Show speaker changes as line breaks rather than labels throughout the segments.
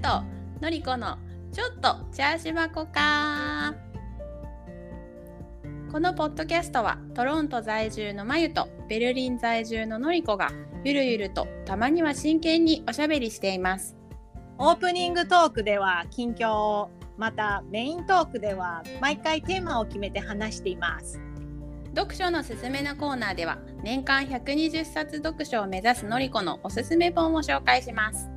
とのりこのちょっとチャーシュバコかこのポッドキャストはトロント在住のまゆとベルリン在住ののりこがゆるゆるとたまには真剣におしゃべりしています
オープニングトークでは近況をまたメイントークでは毎回テーマを決めて話しています
読書のすすめのコーナーでは年間120冊読書を目指すのりこのおすすめ本を紹介します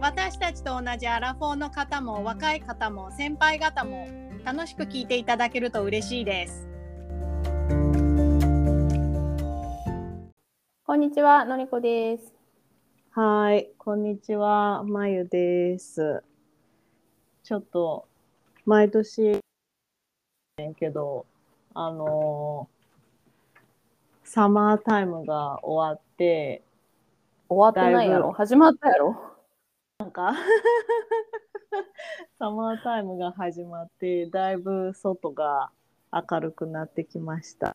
私たちと同じアラフォーの方も若い方も先輩方も楽しく聞いていただけると嬉しいです
こんにちはのりこです
はい、こんにちは、まゆです。ちょっと、毎年、ねんけど、あのーサマータイムが終わって、
終わってないや
だい
ろ
ぶ
始まったやろ
サマータイムが始まって、だいぶ外が明るくなってきました。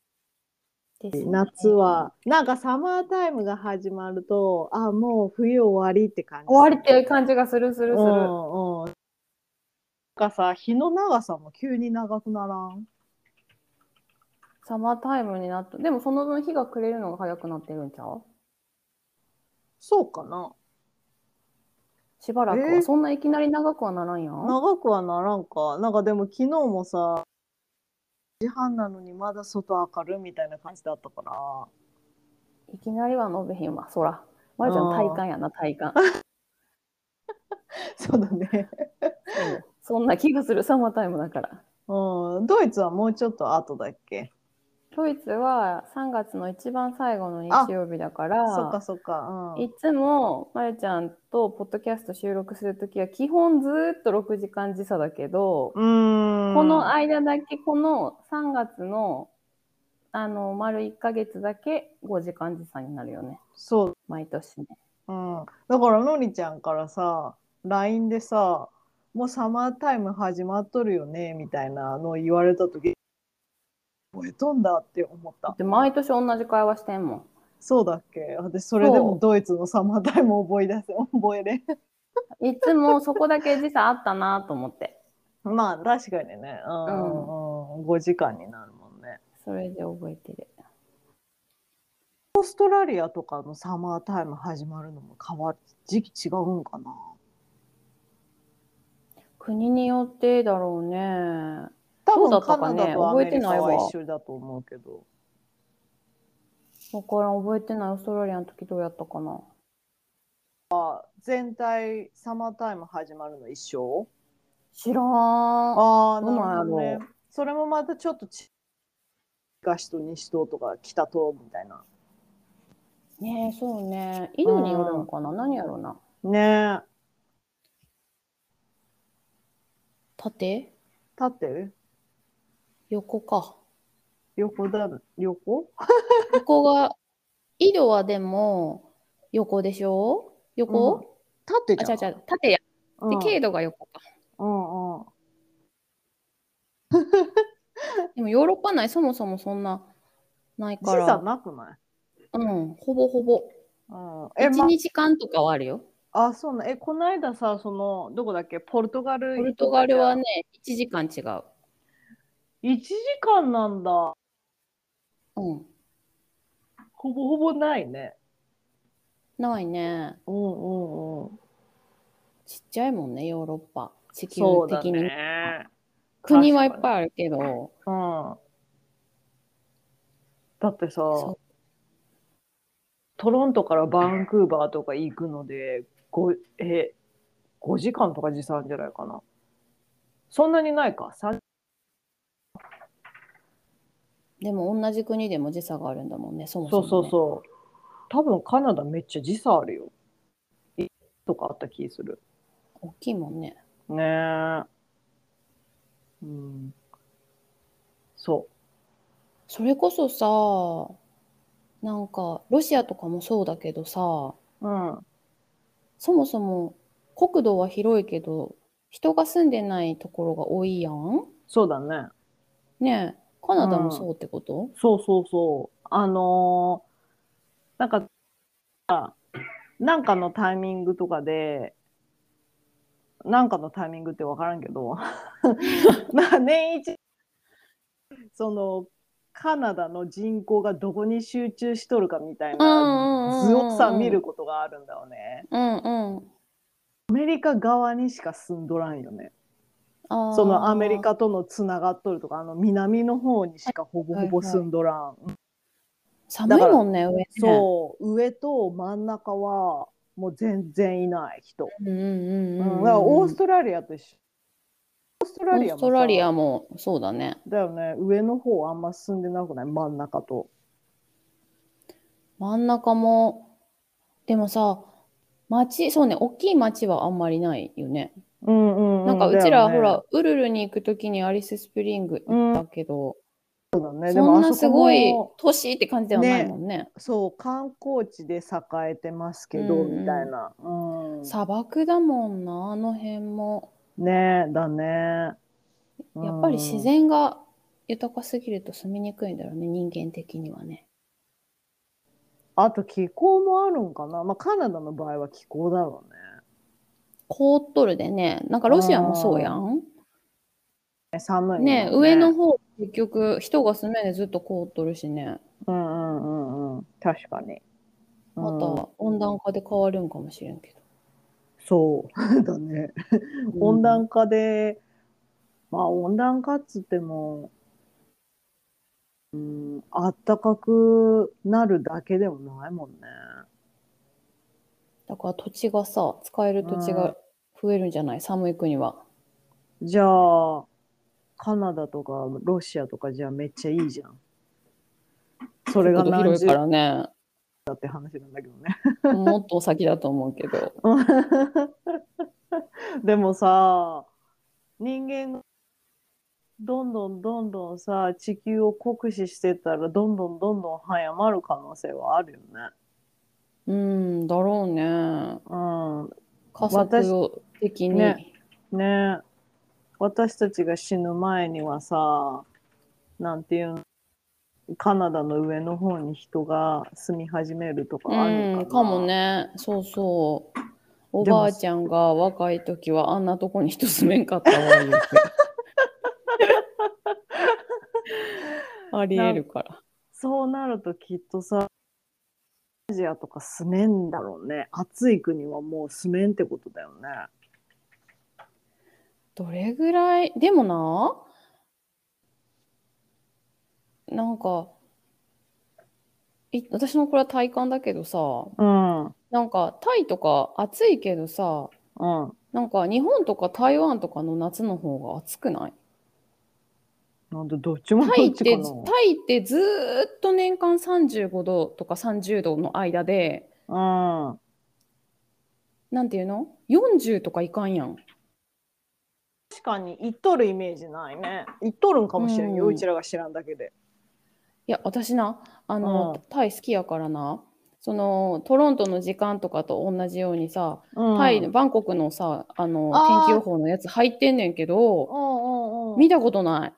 夏は、なんかサマータイムが始まると、あ、もう冬終わりって感じ。
終わりっていう感じがするするす
う
る、
んうん。なんかさ、日の長さも急に長くならん
サマータイムになったでもその分日が暮れるのが早くなってるんちゃう
そうかな。
しばらくは、
えー
そんないきなり長くはならんやん
長くはならんか。なんかでも昨日もさ、時半なのにまだ外明るいみたいな感じだったから。
いきなりは伸びへんわそらまゆちゃん
あー
体感やな 体感
そうだね。
そんな気がするサマータイムだから
うん。ドイツはもうちょっと後だっけ
ドイツは3月の一番最後の日曜日だか
そっからそっか。うん
いつもまゆちゃんとポッドキャスト収録するときは基本ずーっと6時間時差だけど、
うーん。
この間だけ、この3月の、あの、丸1ヶ月だけ5時間時差になるよね。
そう。
毎年ね。
うん。だからのりちゃんからさ、LINE でさ、もうサマータイム始まっとるよね、みたいなのを言われた時、覚えとんだって思った。
で、毎年同じ会話してんもん。
そうだっけ私それでもドイツのサマータイム覚え出せ、覚えれん。
いつもそこだけ時差あったなと思って。
まあ確かにね、うんうん5時間になるもんね。
それで覚えてる。
オーストラリアとかのサマータイム始まるのも変わる時期違うんかな
国によってだろうね。
多
ど
分
うだった
カナ
かね
ダとアメリカ
覚えてない
は
わ
一緒だと思うけど。
わからん、覚えてない。オーストラリアの時どうやったかな。
全体サマータイム始まるの一緒
知らん。
ああ、
どうな
なんる
や
ほ
ろう
どね。それもまたちょっとち東と西ととか北とみたいな。
ねえ、そうね。緯度によるのかな。何やろうな。
ねえ。
縦
縦
横か。
横だ、横
横が、緯度はでも横でしょ横、
うん縦
あ、
じ
違
ゃ。
うん違う、縦や。
う
で、
ん
経度が横か。
うんうん。
でもヨーロッパ内そもそもそんなないか
時差
ら、
なくない
うん、ほぼほぼ。
うん、え、
1、
ま、
2時間とかはあるよ。
あ、そうなん、え、この間さ、その、どこだっけ、ポルトガル。
ポルトガルはね、1時間違う。
1時間なんだ。
うん。
ほぼほぼないね。
ないね。
うんうんうん。
ちっちゃいもんね、ヨーロッパ。地球
そうだ
的に。
ね。
国はいっぱいあるけど、
うん。だってさ、
そ
トロントからバンクーバーとか行くので、ごえ、5時間とか時差あるんじゃないかな。そんなにないか。さ
でも同じ国でも時差があるんだもんね、そもそ
そ
も、
うそ
ね。
うそう。多分カナダめっちゃ時差あるよ。いとかあった気する。
大きいもんね。
ねえ。うん。そ
それこそさ、なんか、ロシアとかもそうだけどさ、
う。うん。
そもそも国土は広いけど人が住んでないところが多いやん
そうだね。
ねえカナダもそうってこと、
そうそうそう。あのーなんか、あなんかのタイミングとかで、なんかのタイミングって分からんけど まあ年一そのカナダの人口がどこに集中しとるかみたいな図をさ見ることがあるんだよね。
うんうん
アメリカ側にしか住んどらんよね。
あー
そのアメリカとのつながっとるとかあの南の方にしかほぼほぼ住んどらん。
寒いもんね上ね
そう上と真ん中はもう全然いない人。
うんうんうんう
だ
ん
からオーストラリアと一緒。オーストラ
オ
リ
ー
ア
ス
も
トラリ
さ
アもそうだね
だよね上の方あんま進んでなくない真ん中と。
真ん中もでもさ町そうね大きい町はあんまりないよね
うんうん、
なんかうちらはほ
だ
ら、
よ
ウルルに行くときにアリススプリング行ったけ
ね、
ど、
そうだねで
そ
も
ん
あ
な
そ
す
こ
ごい
も
都市って感じではないもんね。
そう観光地で栄えてますけど、
うんうん
みたいな、うん、
砂漠だもんな、あの辺も。
ねだね
やっぱり自然が豊かすぎると住みにくいんだろうね、人間的にはね。
あと気候もあるんかな、まあ、カナダの場合は気候だろうね
凍っとるでね、なんかロシアもそうやん。
ね寒いもん
ね上の方、結局、人が住めでずっと凍っとるしね。
うんうんうんうん確かに
ま
うん
た温暖化で変わるんかもしれんけど。
そう だね温暖化で、まあ温暖化っつっても、うん、あったかくなるだけでもないもんね。
だから土地がさ、使える土地が増えるんじゃない寒い国は。
じゃあ、カナダとかロシアとかじゃあめっちゃいいじゃん。それが
国土
何
広
十
いか
だ
らね。
って話なんだけどね。
もっとお先だと思うけど。
でもさ、人間がどんどんどんどんさ、地球を酷使してったら、どんどんどんどん早まる可能性はあるよね。
うん、だろうね。
う
加速を的に。
ねん。ねえ私たちが死ぬ前にはさ、なんていうの、カナダの上の方に人が住み始めるとかあるの
うん、かも。ね。そうそう。おばあちゃんが若い時はあんなとこに人住めん かったわ言うてありえるから。
そうなるときっとさ、アジアとか住めんだろうね。暑い国はもう住めんってことだよね。
どれぐらいでもな、なんか、い私のこれは体感だけどさ、
うん。
なんかタイとか暑いけどさ、
うん。
なんか日本とか台湾とかの夏の方が暑くない
なんでどっちもど
タイっ
っち
て
か
タ
な。
イってずーっと年間35度とか30度の間で
うん。
なんていうの40とかいかんやん。
確かに、行っとるイメージないね。行っとるんかもしれんよ。
う
うんちらが知らんだけで。
いや私なあの、
うん
タイ好きやからなそのトロントの時間とかと同じようにさ、
うん
タイのバンコクのさあの
あー
天気予報のやつ入ってんねんけ
う
ど
んうんうん。
見たことない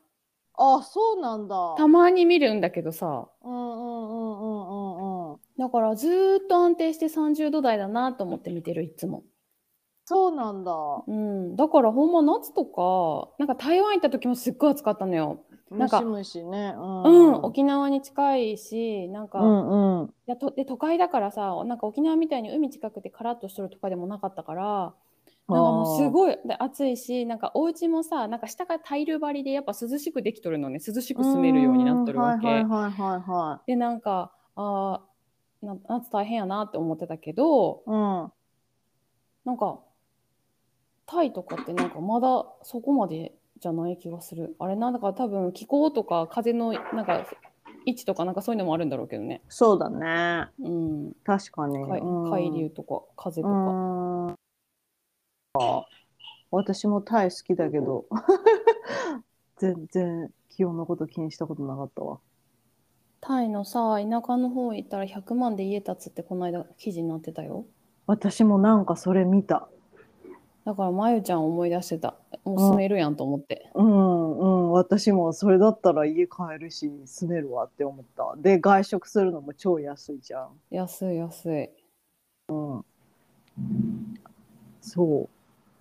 あ、そうなんだ。
たまに見るんだけどさ
うんうんうんうんうんうん。
だからずーっと安定して30度台だなと思って見てるいつも。
そうなんだ。
うん、だからほんま夏とか、なんか台湾行った時もすっごい暑かったのよ。な
ム
んか
シムシね。うん。
うん、沖縄に近いし、なんか、
う
い
んうん。
やとで都会だからさ、なんか沖縄みたいに海近くてカラッとしてるとかでもなかったから、なんかもうすごいで暑いし、なんかお家もさ、なんか下からタイル張りでやっぱ涼しくできとるのね、涼しく住めるようになっとるわけ。
うんはいはいはいは
で、なんか、あーな夏大変やなって思ってたけど、
いはい。
なんか、タイとかってなんかまだそこまでじゃない気がする。あれなんだから多分気候とか風のなんか位置とかなんかそういうのもあるんだろうけどね
う。ん。そうだね。
うん。
確かに。
海
うん
海流とか風と
う
か。
ーん私もタイ好きだけど 全然気温のこと気にしたことなかったわ
タイのさ、田舎の方行ったら100万で家建つってこの間記事になってたよ。
私もなんかそれ見た
だからまゆちゃん思い出してた。もう住めるやんと思って。
うんうん私もそれだったら家買えるし住めるわって思ったで外食するのも超安いじゃん
安い安い。
そう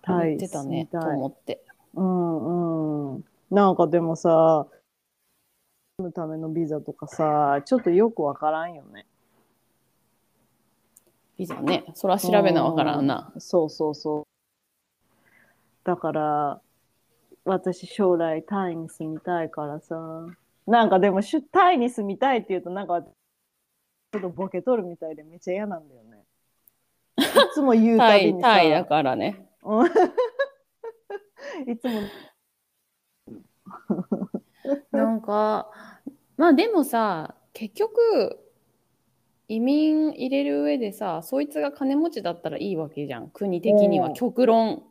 タイ
言ってたねと
住みたい
思って
うんうん。なんかでもさ、住むためのビザとかさ、ちょっとよくわからんよね。
ビザねそら調べなわからんな
そうそうそう。だから、私将来タイに住みたいからさ。なんかでも、しゅタイに住みたいって言うと、なんか、ちょっとボケ取るみたいでめっちゃ嫌なんだよね。いつも言う
タ
たび
イ
にさ。
タイだからね
うんいつも、
なんかまあでもさ結局移民入れる上でさそいつが金持ちだったらいいわけじゃん国的に
う
は
ん
極論、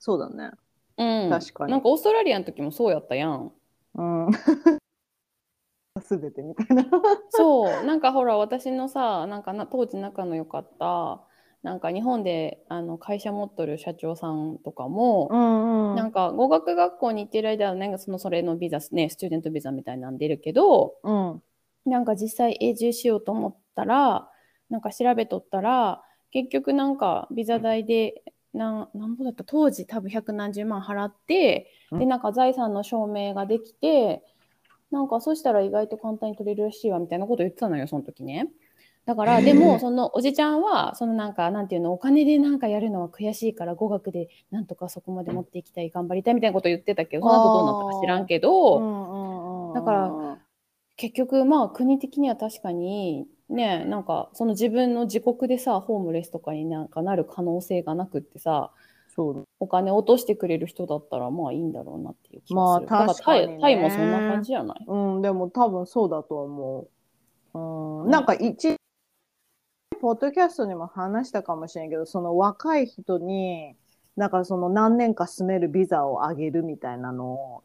そうだね。
うん、
確かに
なんかオーストラリアの時もそうやったやん
うん。すべてみたいな。
そうなんかほら私のさなんかな当時仲の良かったなんか日本であの会社持っとる社長さんとかも、
ん
なんか語学学校に行ってる間はねそのそれのビザねスチューデントビザみたいなん出るけど
うん。
なんか実際永住しようと思ったらなんか調べとったら結局なんかビザ代でなんなんぼだった当時多分百何十万払って
う
でなんか財産の証明ができてなんかそうしたら意外と簡単に取れるらしいわみたいなこと言ってたのよその時ね。だから、でも、そのおじちゃんは、そのなんか、なんていうの、お金でなんかやるのは悔しいから、語学でなんとかそこまで持っていきたい、頑張りたいみたいなこと言ってたけど、その後どうなったか知らんけど、
うん
だから、結局まあ国的には確かにねなんかその自分の自国でさホームレスとかになんかなる可能性がなくってさ
そうだ
お金落としてくれる人だったらまあいいんだろうなっていう気がする、
まあ
だ
確かにね
らタイタイもそんな感じじゃない
うん、でも多分そうだと思う。うん、なんか一、ポッドキャストにも話したかもしれんけど、その若い人に、なんかその何年か住めるビザをあげるみたいなの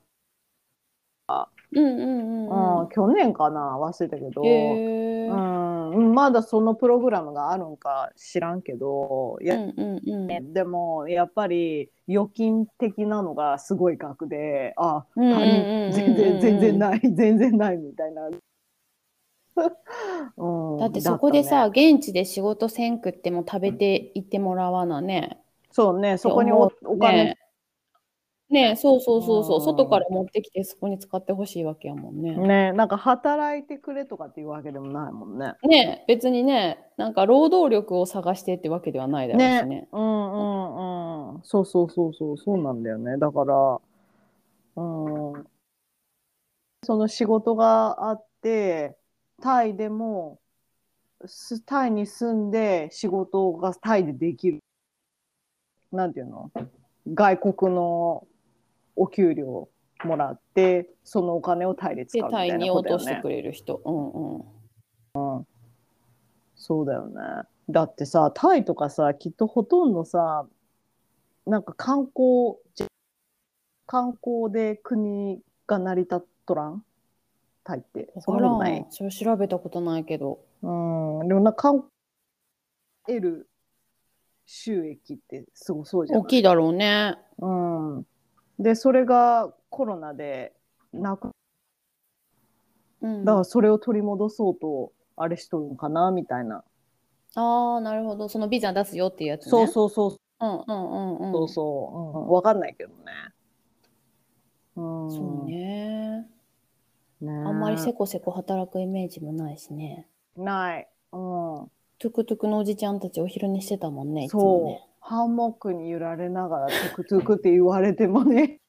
うんうん
を、
うん
う
うん
去年かな忘れたけど、
んへえ
うん、まだそのプログラムがあるんか知らんけど、いや
うんうんうん
ねでもやっぱり預金的なのがすごい額で、あ、
うんうん
他
うんうん
人全然全然ない全然ないみたいな。 うん
だってそこで
だ
さ、
ったね
現地で仕事せんくっても食べていってもらわなね、
そうねそこにおお金
ねねそうそうそうそう
うん
外から持ってきてそこに使ってほしいわけやもんね、
ねなんか働いてくれとかっていうわけでもないもんね。
ね別にねなんか労働力を探してってわけではないだろうしね
うんうんうんそうそうそうそうそうなんだよねだからうんその仕事があってタイでもすタイに住んで仕事がタイでできるなんていうの外国のお給料もらってそのお金をタイで使う
で
みた
タ
い
イ
な
に
こ
落
と
と
だよ
して
ね
くれる人うんうん
そうだよね。だってさ、タイとかさ、きっとほとんどさ、なんか観光、じ観光で国が成り立っとらんタイって。
わ
そん
か
なことな
ら
い
ん。それ調べたことないけど
うん。でもなんか観得る収益ってすごそうじゃな
大
い
きいだろうね
うん。で、それがコロナでなく、
うん
だからそれを取り戻そうと、あれしとるのかなみたいな。
ああなるほどそのビザ出すよっていうやつね
そうそうそう
うんうんうんうん
そうそう、うん、わかんないけどね。うん、
そうね
ね。
あんまりせこせこ働くイメージもないしね
ない。う
トゥクトゥクのおじちゃんたちお昼寝してたもんね
ん。
いつもね
そう。ハンモックに揺られながらトゥクトゥクって言われてもね。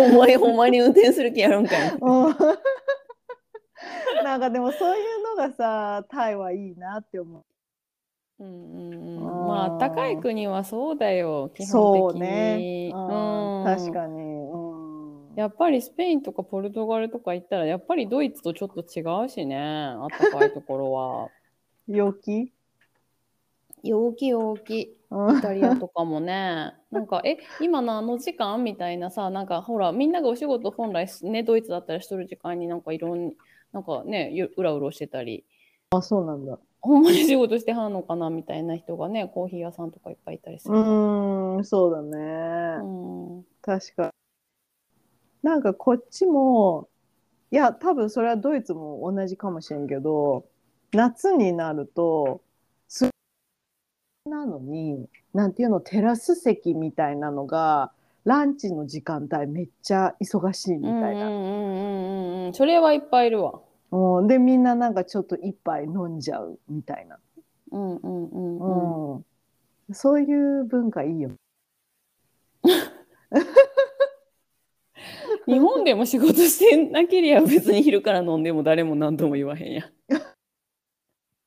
お前 ほんまに運転する気やるんかい
うん。なんかでもそういうのがさ、タイはいいなって思う。
うんうんうん、
うん
まああったかい国はそうだよ基
そ
本
う
的
ね
に、。
うん、
うん
確かに。うん。
やっぱりスペインとかポルトガルとか行ったらやっぱりドイツとちょっと違うしねあったかいところは
陽気
陽気陽気
うん
イ。タリアとか もねなんかえ今のあの時間みたいなさなんかほらみんながお仕事本来ねドイツだったらしとる時間になんかいろんなんかねゆうらうろしてたり
あ、そうなんだ。
ほんまに仕事してはんのかなみたいな人がねコーヒー屋さんとかいっぱいいたりするから
うん、そうだね。
うん
確か。なんかこっちも、いや、多分それはドイツも同じかもしれんけど、夏になると、すななのに、なんていうの、テラス席みたいなのが、ランチの時間帯めっちゃ忙しいみたいな。
うんうんうんうんうんそれはいっぱいいるわ
うん、で、みんななんかちょっと一杯飲んじゃうみたいな。
うんうんうんうん、
うん。そういう文化いいよ。
日本でも仕事してなけりゃ別に昼から飲んでも誰も何とも言わへんや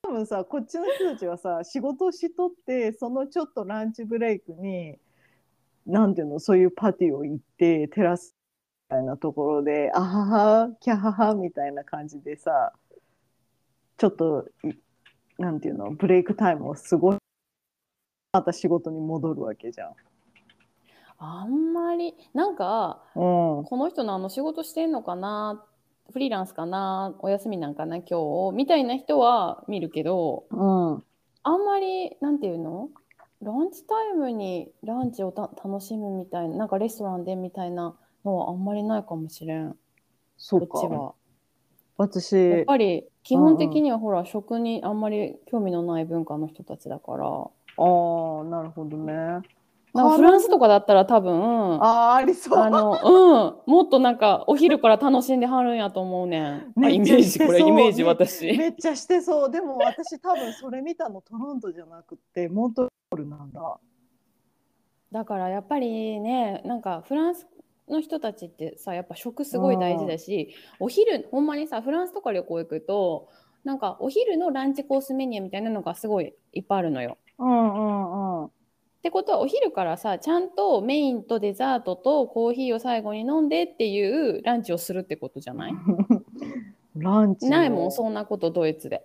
多分さ、こっちの人たちはさ、仕事をしとって、そのちょっとランチブレイクに、なんていうの、そういうパティを行って、テラスみたいなところで、あはは、キャははみたいな感じでさ、ちょっと、いなんていうの、ブレイクタイムを過ごし、また仕事に戻るわけじゃん。
あんまりなんか
うん。
この人のあの仕事してんのかなフリーランスかなお休みなんかな今日みたいな人は見るけど
うん。
あんまりなんていうのランチタイムにランチをた楽しむみたいななんかレストランでみたいなのはあんまりないかもしれん
そ
こ
う
っ
か。
ちは。
私、
やっぱり基本的にはほら食にあんまり興味のない文化の人たちだか
あ
ら
あ、なるほどね。あ
なんかフランスとかだったら多分あ
あー、ありそう。
の、うん、もっとなんかお昼から楽しんではるんやと思うねん。あ
め
イ
っ
メ
ちゃ
ージこれ
そう
イメージ私。
めっちゃしてそう。でも私多分それ見たのトロントじゃなくて、モントリオールなんだ。
だからやっぱりねなんかフランスの人たちってさやっぱ食すごい大事だしお昼ほんまにさフランスとか旅行行くとなんかお昼のランチコースメニューみたいなのがすごいいっぱいあるのよ。
うんうんうん。
ってことはお昼からさちゃんとメインとデザートとコーヒーを最後に飲んでっていうランチをするってことじゃない
ランチ。
ないもんそんなことドイツで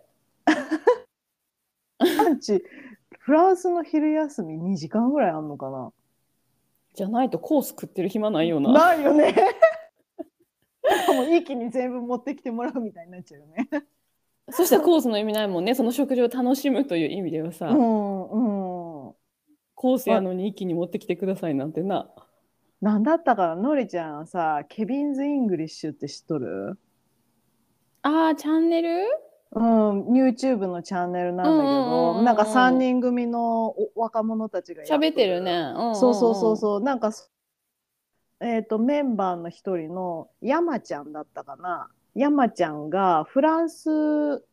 ランチ。フランスの昼休み2時間ぐらいあんのかな
じゃないとコース食ってる暇ないよな
ないよね。もう一気に全部持ってきてもらうみたいになっちゃうよね。
そしたらコースの意味ないもんねその食事を楽しむという意味ではさ、
うんうん。
コースやのに一気に持ってきてくださいなんてな
なんだったかなのりちゃんさ、ケビンズ・イングリッシュって知っとる
あーチャンネル
うん、YouTube のチャンネルなんだけ
うんうんうんう
ど、
ん
なんか3人組のお若者たちがや
喋ってるね、。うんんん
そうそうそうそう、なんかそ、えっ、と、メンバーの一人の山ちゃんだったかな。山ちゃんがフランス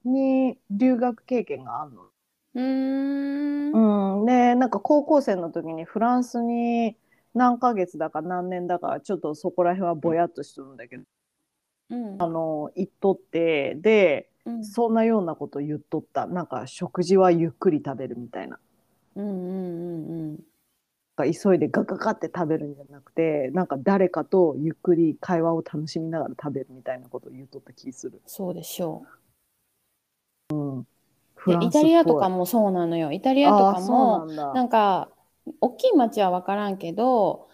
に留学経験があるの。
うーん
うん、でなんか高校生の時にフランスに何ヶ月だか何年だかちょっとそこら辺はぼやっとしてるんだけど、
うん
あの行っとってで
うん
そんなようなこと言っとったなんか食事はゆっくり食べるみたいな
うんうんうんうん
なんか急いでガガガって食べるんじゃなくてなんか誰かとゆっくり会話を楽しみながら食べるみたいなことを言っとった気する
そうでしょう
フ
で
ランス
イ
っぽい
タリアとかもそうなのよイタリアと
あ
か
ー
も
そうなんだ
なんか大きい町は分からんけど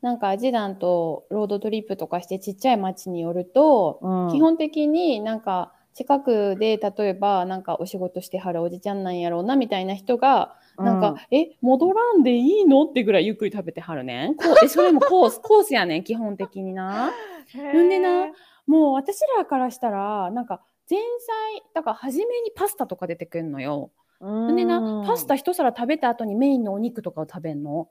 なんか示談とロードトリップとかしてちっちゃい町によると、
うんうん
基本的になんか近くで例えばなんかお仕事してはるおじちゃんなんやろうなみたいな人が、なんか、え戻らんでいいのってぐらいゆっくり食べてはるねんこうえそれもコースコースやねん基本的にな
うん
なんでなもう私らからしたらなんか前菜だから初めにパスタとか出てくんのよ
うん
んでなパスタ一皿食べた後にメインのお肉とかを食べんの。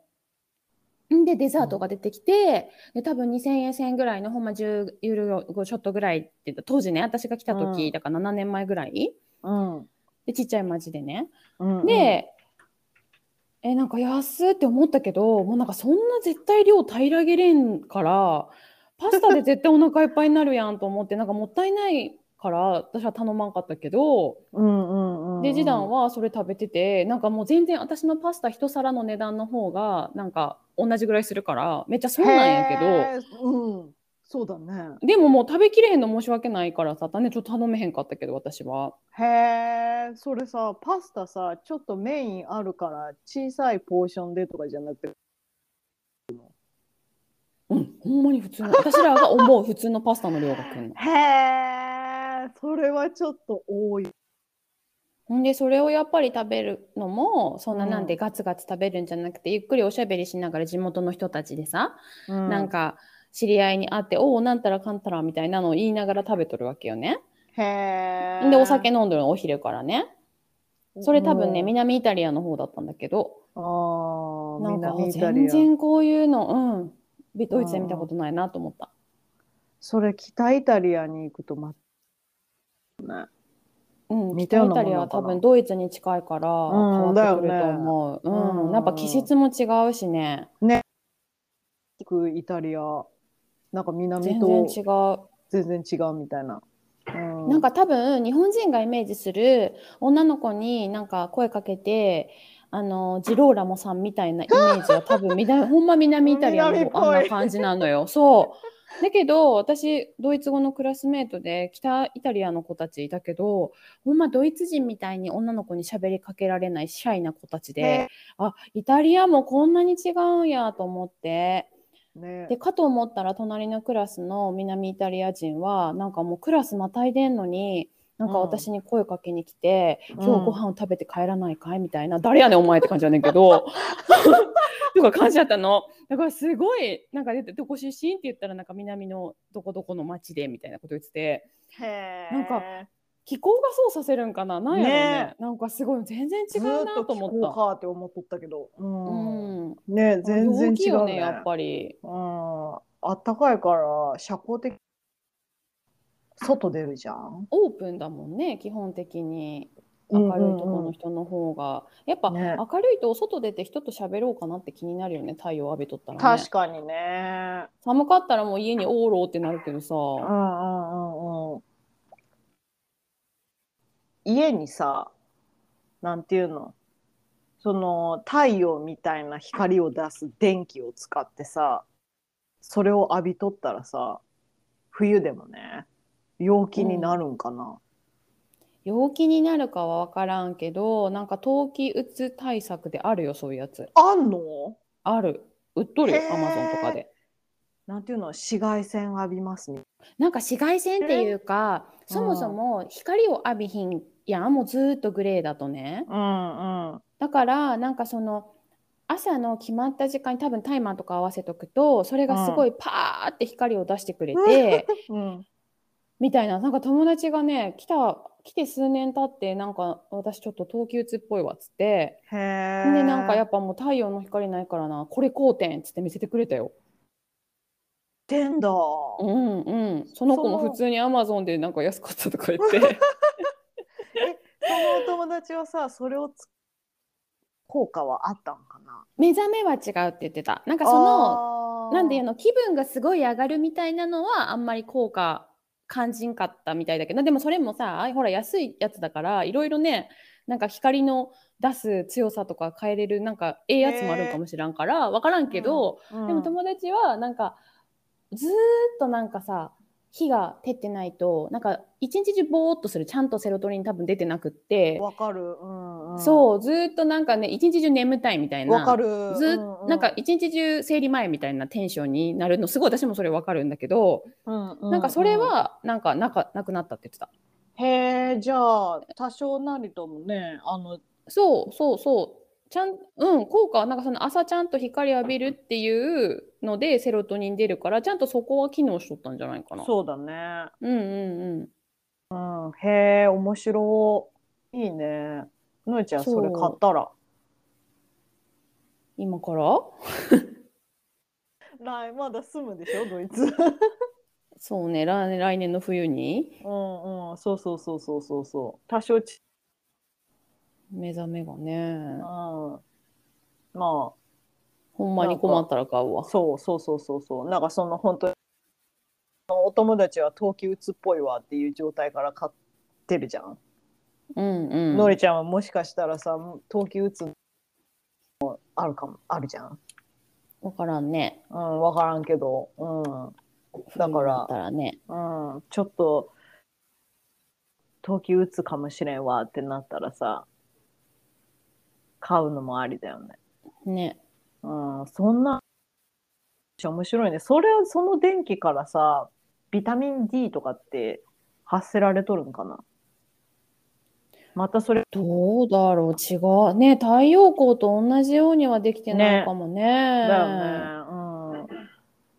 んでデザートが出てきて、で多分2000円1000円ぐらいのほんま10ユーロちょっとぐらいって当時ね私が来た時、
うん
だから7年前ぐらい
うん
でちっちゃい町でね。
うんうん
で、えなんか安って思ったけどもうなんかそんな絶対量平らげれんからパスタで絶対お腹いっぱいになるやんと思ってなんかもったいないから私は頼まんかったけど。
うんうんうん
で次男はそれ食べててなんかもう全然私のパスタ一皿の値段の方がなんか同じぐらいするからめっちゃそうなんやけど
けど、うん、そうだね
でももう食べきれへんの申し訳ないからさ種ちょっと頼めへんかったけど私は
へえそれさパスタさちょっとメインあるから小さいポーションでとかじゃなくて
うんほんまに普通の私らが思う普通のパスタの量がくんの
へえそれはちょっと多い
ほんでそれをやっぱり食べるのもそんな
うん
なんでガツガツ食べるんじゃなくてゆっくりおしゃべりしながら地元の人たちでさ
な
なんか知り合いに会って「おおなんたらかんたら」みたいなのを言いながら食べとるわけよね。
へえ
でお酒飲んでるのお昼からね。それ多分ね、
うん
南イタリアの方だったんだけど、
ああ、
なんか
南イタ
全
リア。
然こういうの、うんビ、ドイツで見たことないなと思った。
それ北イタリアに行くとま
うん、
似たよ
北
うなも
イタ
の
リアは多
な
分ドイツに近いから変わってくると思う。
よね
うん、
うん
やっぱ気質も違うしね、
くイタリア、なんか南
全
と
然違う。
全然違うみたいな。うん
なんか多分日本人がイメージする女の子になんか声かけてあのジローラモさんみたいなイメージは多分 みなほんま南イタリア
南っぽ
の
い
あんな感じな のよ。そうだけど私ドイツ語のクラスメートで北イタリアの子たちいたけどほんまドイツ人みたいに女の子に喋りかけられないシャイな子たちで
ね
あイタリアもこんなに違うんやと思って。
ね
でかと思ったら隣のクラスの南イタリア人はなんかもうクラスまたいでんのになんか
うん
私に声かけに来て、
うん
今日ご飯を食べて帰らないかいみたいな誰やねんお前って感じやねんけどとか感じだったのだからすごいなんかでどこ出身って言ったらなんか南のどこどこの町でみたいなこと言ってて
へ
なんか気候がそうさせるんかななんやろうね
ね
なんかすごい全然違
ず
う
ー
な
っ
と
と
思
思
っ。
ったかって思っとったけど。う。
うんん、
ね全然
大きい
違
よ
う
ね
ね。
やっぱり。
うん。あったかいから社交的。外出るじゃん。
オープンだもんね基本的に明るいところの人の方が、やっぱ、
ね
明るいと外出て人と喋ろうかなって気になるよね太陽浴びとったら、ね
確、かにね。
寒かったらもう家におろうってなるけどさ、
うんうんうんうん。家にさ、なんていうのその太陽みたいな光を出す電気を使ってさ、それを浴びとったらさ、冬でもね、陽気になるんかな。
陽気になるかは分からんけどなんか冬季うつ対策であるよそういうやつ
あんの
ある売っとるよ
へー
アマゾンとかで
なんていうの紫外線浴びますみ
なんか紫外線っていうかそもそも光を浴びひんやんもうずーっとグレーだとね、
うんうん。
だからなんかその朝の決まった時間に多分タイマーとか合わせとくとそれがすごいパーって光を出してくれ て、
うん、
みたいななんか友達がね来た来て数年経ってなんか私ちょっと冬季うつっぽいわっつって
へえ。
でなんかやっぱもう太陽の光ないからなこれ光点っつって見せてくれたよ。
てんだ。
うんうん、その子も
そう
普通にアマゾンでなんか安かったとか言 って。
そのお友達はさ、それをつ効果はあったんかな
目覚めは違うって言ってた。なんかその
の
なんであの気分がすごい上がるみたいなのはあんまり効果感じんかったみたいだけどでもそれもさほら安いやつだからいろいろねなんか光の出す強さとか変えれるなんかええやつもあるんかもしらんから分からんけど、でも友達はなんかずーっとなんかさ火が照ってないとなんか一日中ぼーっとするちゃんとセロトニン多分出てなくって、
わかる、うんうん、
そうずーっとなんかね一日中眠たいみたいな。
わかる
ず、
うんうん
なんか一日中生理前みたいなテンションになるのすごい私もそれわかるんだけど、
うんう
なんかそれはなんかなかなくなったって言ってた
へえじゃあ多少なりともねあの
そうそうそうちゃんうん効果はなんかその朝ちゃんと光浴びるっていうのでセロトニン出るからちゃんとそこは機能しとったんじゃないかな
そうだね、
うんうんうん
うん、へえ面白いいいねのえちゃん
そう
それ買ったら
今から
来まだ住むでしょドイツ
そうね来来年の冬に
うんうんそうそうそうそうそうそう多少ち、
目覚めがね
うん、まあ
ほんまに困ったら買うわ
そうそうそうそうそうなんかその本当にお友達は冬季うつっぽいわっていう状態から買ってるじゃん、
うんうん
のりちゃんはもしかしたらさ冬季うつもあるかもあるじゃん
わからんね
うん分からんけどうんだか
冬になっ
ら
たらね
うんちょっと冬季うつかもしれんわってなったらさ買うのもありだよね
ね
うん、そんな、面白いね。それを、その電気からさ、ビタミン D とかって発せられとるんかなまたそれ、
どうだろう違うね太陽光と同じようにはできてない
ね
かもね。
だよね。うん。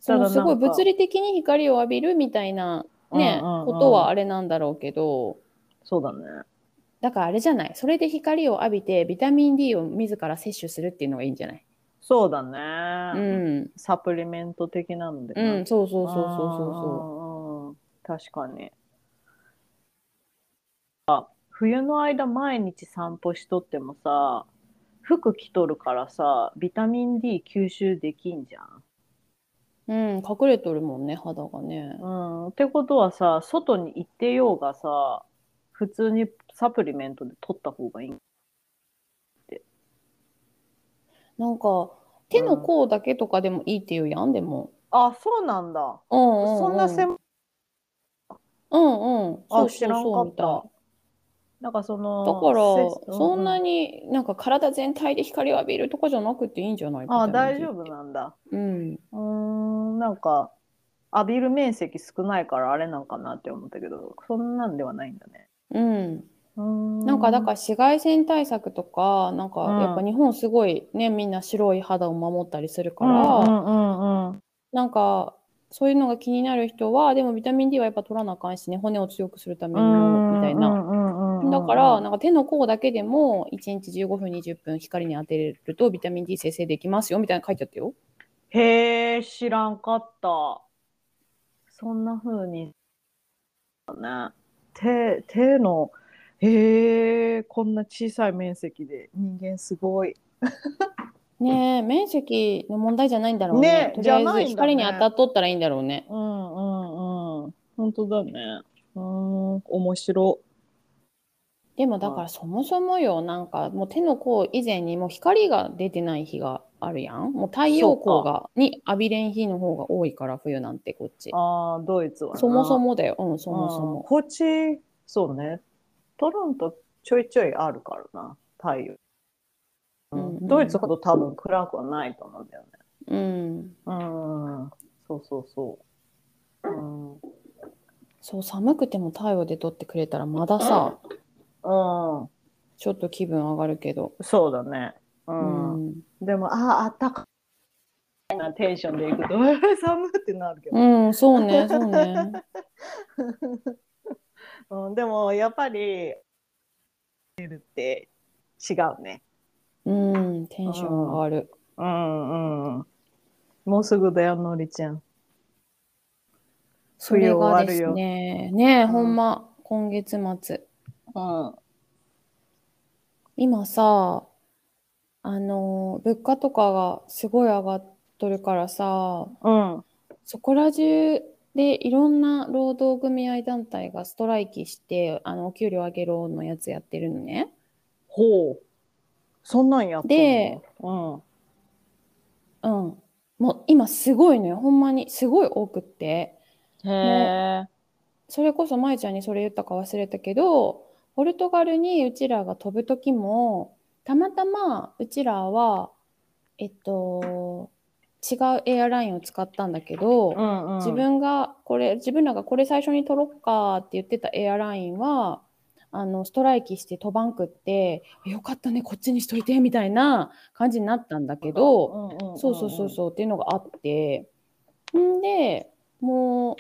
そ
ただなん
の
か
すごい物理的に光を浴びるみたいなね、
うんうんうん
ことはあれなんだろうけど、
そうだね。
だからあれじゃないそれで光を浴びてビタミン D を自ら摂取するっていうのがいいんじゃない
そうだ
う
ね、
ん、
サプリメント的なので
う
ね
ん、そうそうそうそう
そうそう確かにあ冬の間毎日散歩しとってもさ服着とるからさビタミン D 吸収できんじゃん
そうそう、うん、隠れとるもんね肌がね
うん、ってことはさ、外に行ってようがさ、普通にサプリメントで取った方がいい。
なんか手の甲だけとかでもいいっていうやんでも
あ、そうなんだ。
うんうんうん
そんな専門、
うんうんそう
あ、
そ
知
う
らん
そ
か
うみ
った
い
た。なんかその、
だから、
せ
そんな
う
になんか体全体で光を浴びるとかじゃなくていいんじゃない
あ、
ビタミ
大
ン D
丈
って
夫なんだ。
うん。
うーん、なんか、浴びる面積少ないからあれなんかなって思ったけど、そんなんではないんだね。
うん。
うーん
なんかだから紫外線対策とか、なんか
うん
やっぱ日本すごいね、みんな白い肌を守ったりするから、
うんうんうんうん。
なんかそういうのが気になる人は、でもビタミン D はやっぱ取らなあかんしね、骨を強くするためにもみたいな。
な
だから、なんか手の甲だけでも1日15分、20分光に当てるとビタミン D 生成できますよみたいなの書いてあったよ。
へえ、知らんかった。そんな風に。ね。手、手の、へえ、こんな小さい面積で人間すごい。
ねえ、面積の問題じゃないんだろう
ね
ね。
え
とりあ
じ
え
ゃないんだ
ず
ね
光に当たっとったらいいんだろうね。
うんうんうん。本当だね。うーん、面白。
でもだからそもそもよ、なんかもう手の甲以前にもう光が出てない日があるやん。もう太陽光がに浴びれん日の方が多いから、冬なんてこっち。
ああ、ドイツはな。
そもそもだよ。うん、そもそ
うん
も。
こっち、そうね。トロントちょいちょいあるからな、太陽。う、
うんうんん
ドイツほど多分暗くはないと思うんだよね。
うん。
うん、そうそうそう。うん、うん、
そう、寒くても太陽で撮ってくれたらまださ、ちょっと気分上がるけど。
そうだね。う、
うんん。
でも、ああ、あったかいなテンションでいくと、 えー寒ってなるけど。
うん、そうね、そうね。
うん、でも、やっぱり、出るって違うね。
うん、テンション上がる。
うんうん。もうすぐだよ、のりちゃん。
それ
冬終わ
が
る
です
よ。
ね、ねえ、
ん
ほんま、今月末。
うん。
今さ、あのー、物価とかがすごい上がっとるからさ、
うん。
そこら中でいろんな労働組合団体がストライキして、あの、お給料上げろのやつやってるのね。
ほう。そんなんやって
で
うん。
うん。もう今すごいのよ、ほんまに。すごい多くって。
へえ。
それこそ舞ちゃんにそれ言ったか忘れたけど、ポルトガルにうちらが飛ぶ時も、たまたまうちらは、えっと、違うエアラインを使ったんだけど、
うんうん。
自分がこれ、自分らがこれ最初に取ろっかって言ってたエアラインは、あの、ストライキして飛ばんくって、よかったね、こっちにしといて、みたいな感じになったんだけど、
うんんんん
そうそうそうそうっていうのがあってんでもう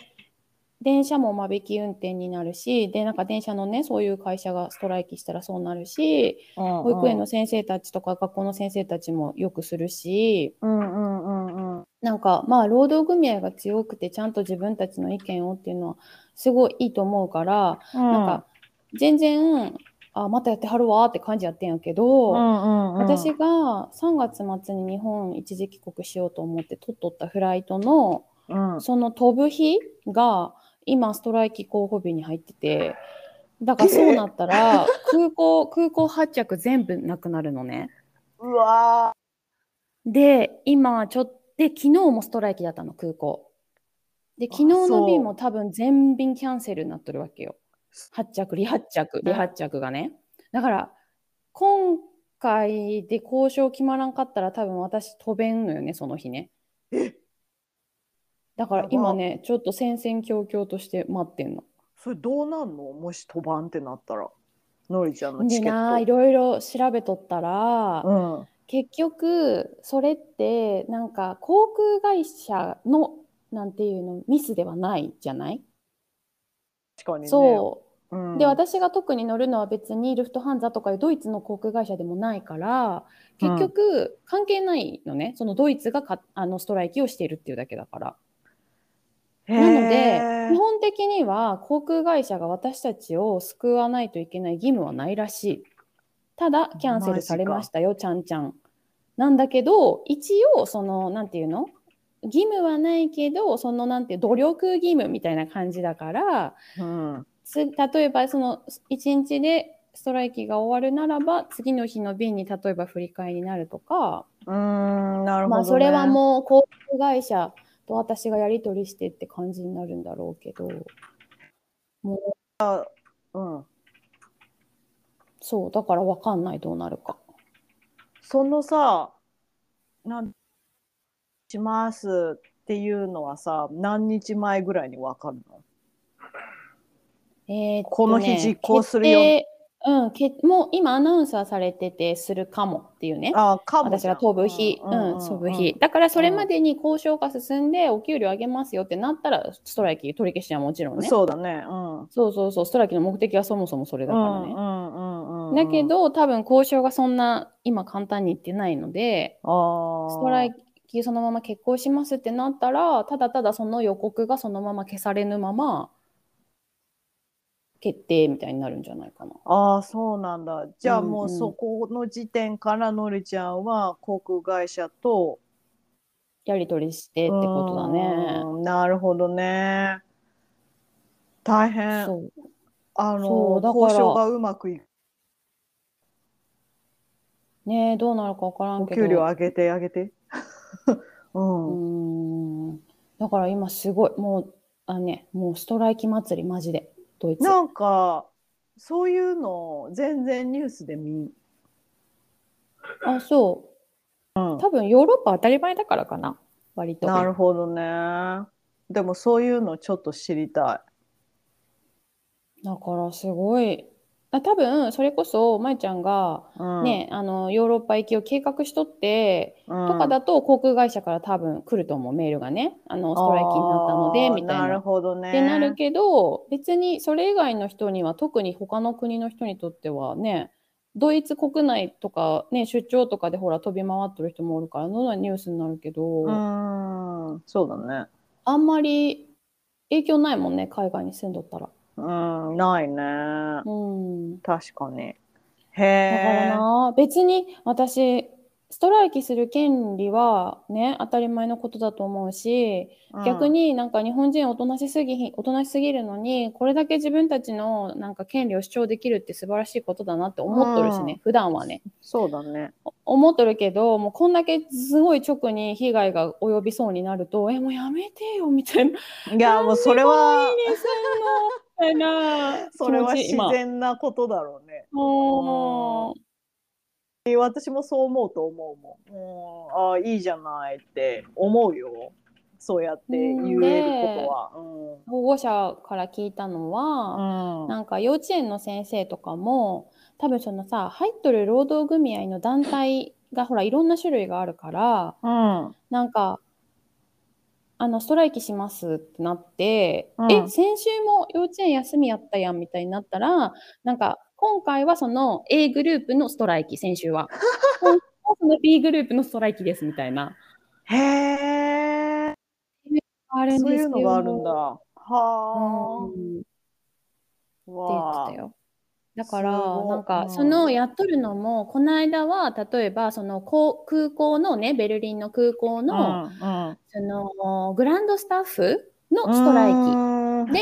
電車も間引き運転になるしでなんか電車のねそういう会社がストライキしたらそうなるし
うんうん
保育園の先生たちとか学校の先生たちもよくするし
うんうんうんうん。
なんかまあ労働組合が強くてちゃんと自分たちの意見をっていうのはすごいいいと思うから、
な
なんか全然あまたやってはるわって感じやってんやけど。私が3月末に日本一時帰国しようと思って取っとったフライトの
うん、
その飛ぶ日が今ストライキ候補日に入っててだからそうなったら空港空港発着全部なくなるのね
うわ
で今ちょっとで昨日もストライキだったの空港で昨日
あそ
の
う
便も多分全便キャンセルになっとるわけよ発着離発着離発着がねだから今回で交渉決まらんかったら多分私飛べんのよねその日ねだから今ねちょっと戦々恐々として待ってんの
それどうなんのもし飛ばんってなったらのりちゃんの
で
チケ
な
ッ
いろいろ調べとったら、
ト
結局それってなんか航空会社のなんていうのミスではないじゃない
うん確かにね
そう
うん
で私が特に乗るのは別にルフトハンザとかいうドイツの航空会社でもないから結局関係ないのね、そのドイツがかあのストライキをしているっていうだけだから。なの
へ
で
ー
基本的には航空会社が私たちを救わないといけない義務はないらしい。ただキャンセルされましたよちゃんちゃん。なんだけど一応そのなんていうの義務はないけどそのなんていう努力義務みたいな感じだから
うん
つ例えばその1日でストライキが終わるならば次の日の便に例えば振り替えになるとか、
うーんなるほど、ね。
まあ、それはもう航空会社と私がやり取りしてって感じになるんだろうけど
う、うん、
そうだから分かんないどうなるか。
そのさ、なんしますっていうのはさ、何日前ぐらいにわかるの？
えーっとね
この日実行するよ
決定うん、けもう今アナウンサーされててするかもっていうね
あ、かも
私
じゃん
が飛ぶ日、うん飛ぶ日、。だからそれまでに交渉が進んでお給料上げますよってなったらストライキ取り消しはもちろんね
そうだね。うん。
そうそうそう、ストライキの目的はそもそもそれだからね。
ね
だけ、ど、多分交渉がそんな今簡単にいってないので、ス
ス
トライキそのまま決行しますってなったら、ただただその予告がそのまま消されぬまま、決定みたいになるんじゃないかな。
ああ、そうなんだ。じゃあ
うんうん
もうそこの時点からのりちゃんは航空会社と。
やり取りしてってことだね。
うん。なるほどね。大変。
そう
あの
そうだから
交渉がうまくいく。
ねえどうなるか分からん
お
けど。
給料上げて上げて。 うん
う。ーん。だから今すごい、もう、あね、もうストライキ祭り、マジで。ドイツ。
なんか、そういうの全然ニュースで見。
あ、そう。
うん。
多分ヨーロッパ当たり前だからかな割と
なるほどね。でもそういうのちょっと知りた
だからすごいあ多分それこそまゆちゃんが
い。うん、
ね、あのヨーロッパ行きを計画しとって、
うん
とかだと航空会社から多分来ると思うメールがねあのストライキになったの
あ
で
ー
みたい
なる
な。
ほどね。
ってなるけど別にそれ以外の人には特に他の国の人にとってはねドイツ国内とか、ね、出張とかでほら飛び回ってる人もおるからどんどんニュースになるけど、
うーん、そうだね。
あんまり影響ないもんね海外に住んどったら。
うん、ないね。
うん、だ
確かに。へ
から
え。
な、別に私ストライキする権利はね当たり前のことだと思うし、
うん
逆。になんか日本人おとなしすぎひおとなしすぎるのにこれだけ自分たちのなんか権利を主張できるって素晴らしいことだなって思っとるしね、
うん
普段はね
そうだね。
思っとるけどもうこんだけすごい直に被害が及びそうになるとえもうやめてよみたいな
いや、もうそれは、
いいねそんなみたいな
それは
気持ち
自
今
然なことだろうね。
もう
私もそう思うと思うもん。うん、ああ、いいじゃないって思うよ。そうやって言えることは。う
保護者から聞いたのは、
ん。うん。
なんか幼稚園の先生とかも多分そのさ入っとる労働組合の団体がほらいろんな種類があるから
うん。
なんかあのストライキしますってなって、
うん
え先週も幼稚園休みやったやんみたいになったらなんか今回はその A グループのストライキ先 週は今回はその B グループのストライキですみたいな
へえ。
あるん
そう
で
い
す
う
よ
のがあるんだ。はあ。
うんって言
わ
っ
あ
てたよ。だから
すごい
なん
う
か
ん
そのやっとるのもこの間は例えばそのこう空港のねベルリンの空港
うんう
の
ん
そのグランドスタッフのストライ
う
キ
ーん
で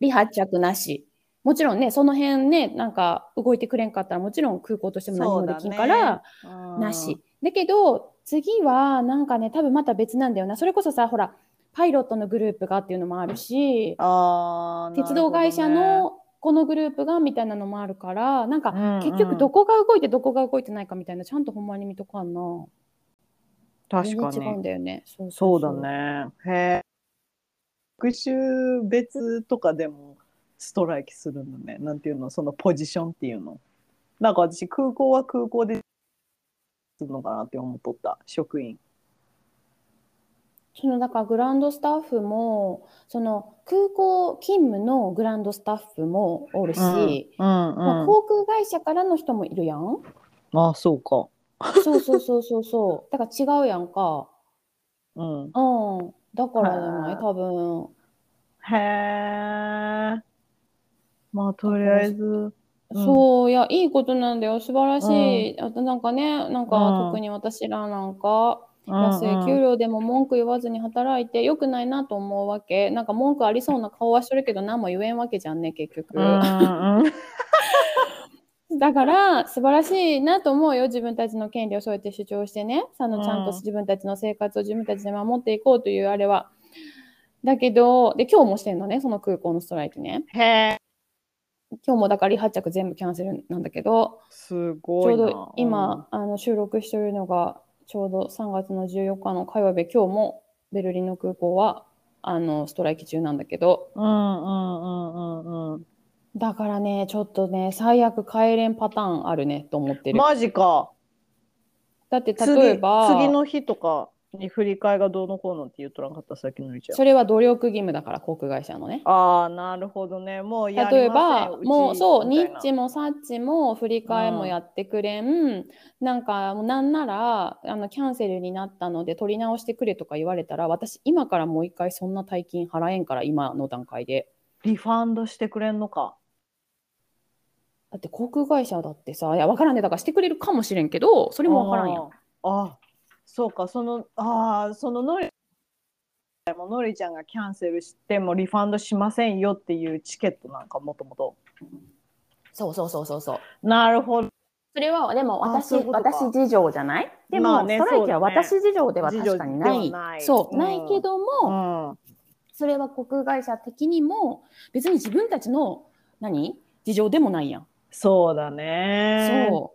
離発着なしもちろんねその辺ねなんか動いてくれんかったらもちろん空港としても何もできんから
そうだね
なし。だけど次はなんかね多分また別なんだよなそれこそさほらパイロットのグループがっていうのもあるし
うんあー
鉄道会社、
なるほ
のこのグループがみたいなのもあるからなん
ど
か
ね
結局どこが動いてどこが動いてないかみたいなちゃんとほんまに見とかんな
うんうん
全
確
然
か
違うん
に
だよねそう
そうだねへえ復習別とかでもストライキするのねなんていうのそのポジションっていうのなんか私空港は空港でするのかなって思っとった職員
そのだからグランドスタッフもその空港勤務のグランドスタッフもおるし、
うん
まあ、
うん
航空会社からの人もいるやん
あそうか。
そうそうそうそうそうだから違うやんか
うん。
うんだからじゃない
は
多分
へえ。まあとりあえず。うん
そういやいいことなんだよ素晴らしい、あとなんかねなんか、
うん
特に私らなんか
安
安い給料でも文句言わずに働いてよくないなと思うわけなんか文句ありそうな顔はしてるけど何も言えんわけじゃんね結局、
うんうん
だから素晴らしいなと思うよ自分たちの権利をそうやって主張してねそのちゃんと
うん
自分たちの生活を自分たちで守っていこうというあれはだけどで今日もしてんのねその空港のストライキね
へえ。
今日もだから離発着全部キャンセルなんだけど
す
ち
ご
ょ
いうな。
ど今、あの収録してるのがちょうど3月の14日の火曜日今日もベルリンの空港はあのストライキ中なんだけど
うん。うんうんうんうんうん。
だからねちょっとね最悪帰れんパターンあるねと思ってる、
マジか。
だって
次
例えば
次の日とかに振り替えがどうのこうのって言っとらんかったさっきのりちゃん
それは努力義務だから航空会社のね
ああなるほどねもうやりません
例えば
うち
もうそう
み
ニ
たいな
ッチもサッチも振り替えもやってくれん、なんかもうなんならあのキャンセルになったので取り直してくれとか言われたら私今からもう一回そんな大金払えんから今の段階で
リファンドしてくれんのか
だって航空会社だってさいや分からんねだからしてくれるかもしれんけどそれも分からんやん
あーあそうかそのああそののりもうのりちゃんがキャンセルしてもリファンドしませんよっていうチケットなんかもともと
そうそうそうそうそう
なるほど
それはでも
あ
私
そういうことか
私事情じゃないでも、
まあね
ストライキは
そうだね
私事情では確かにな
事情
い
ではない
そう、
うん
ないけど
う
も、
ん
それは航空会社的にも別に自分たちの何事情でもないやん
そうだね
そ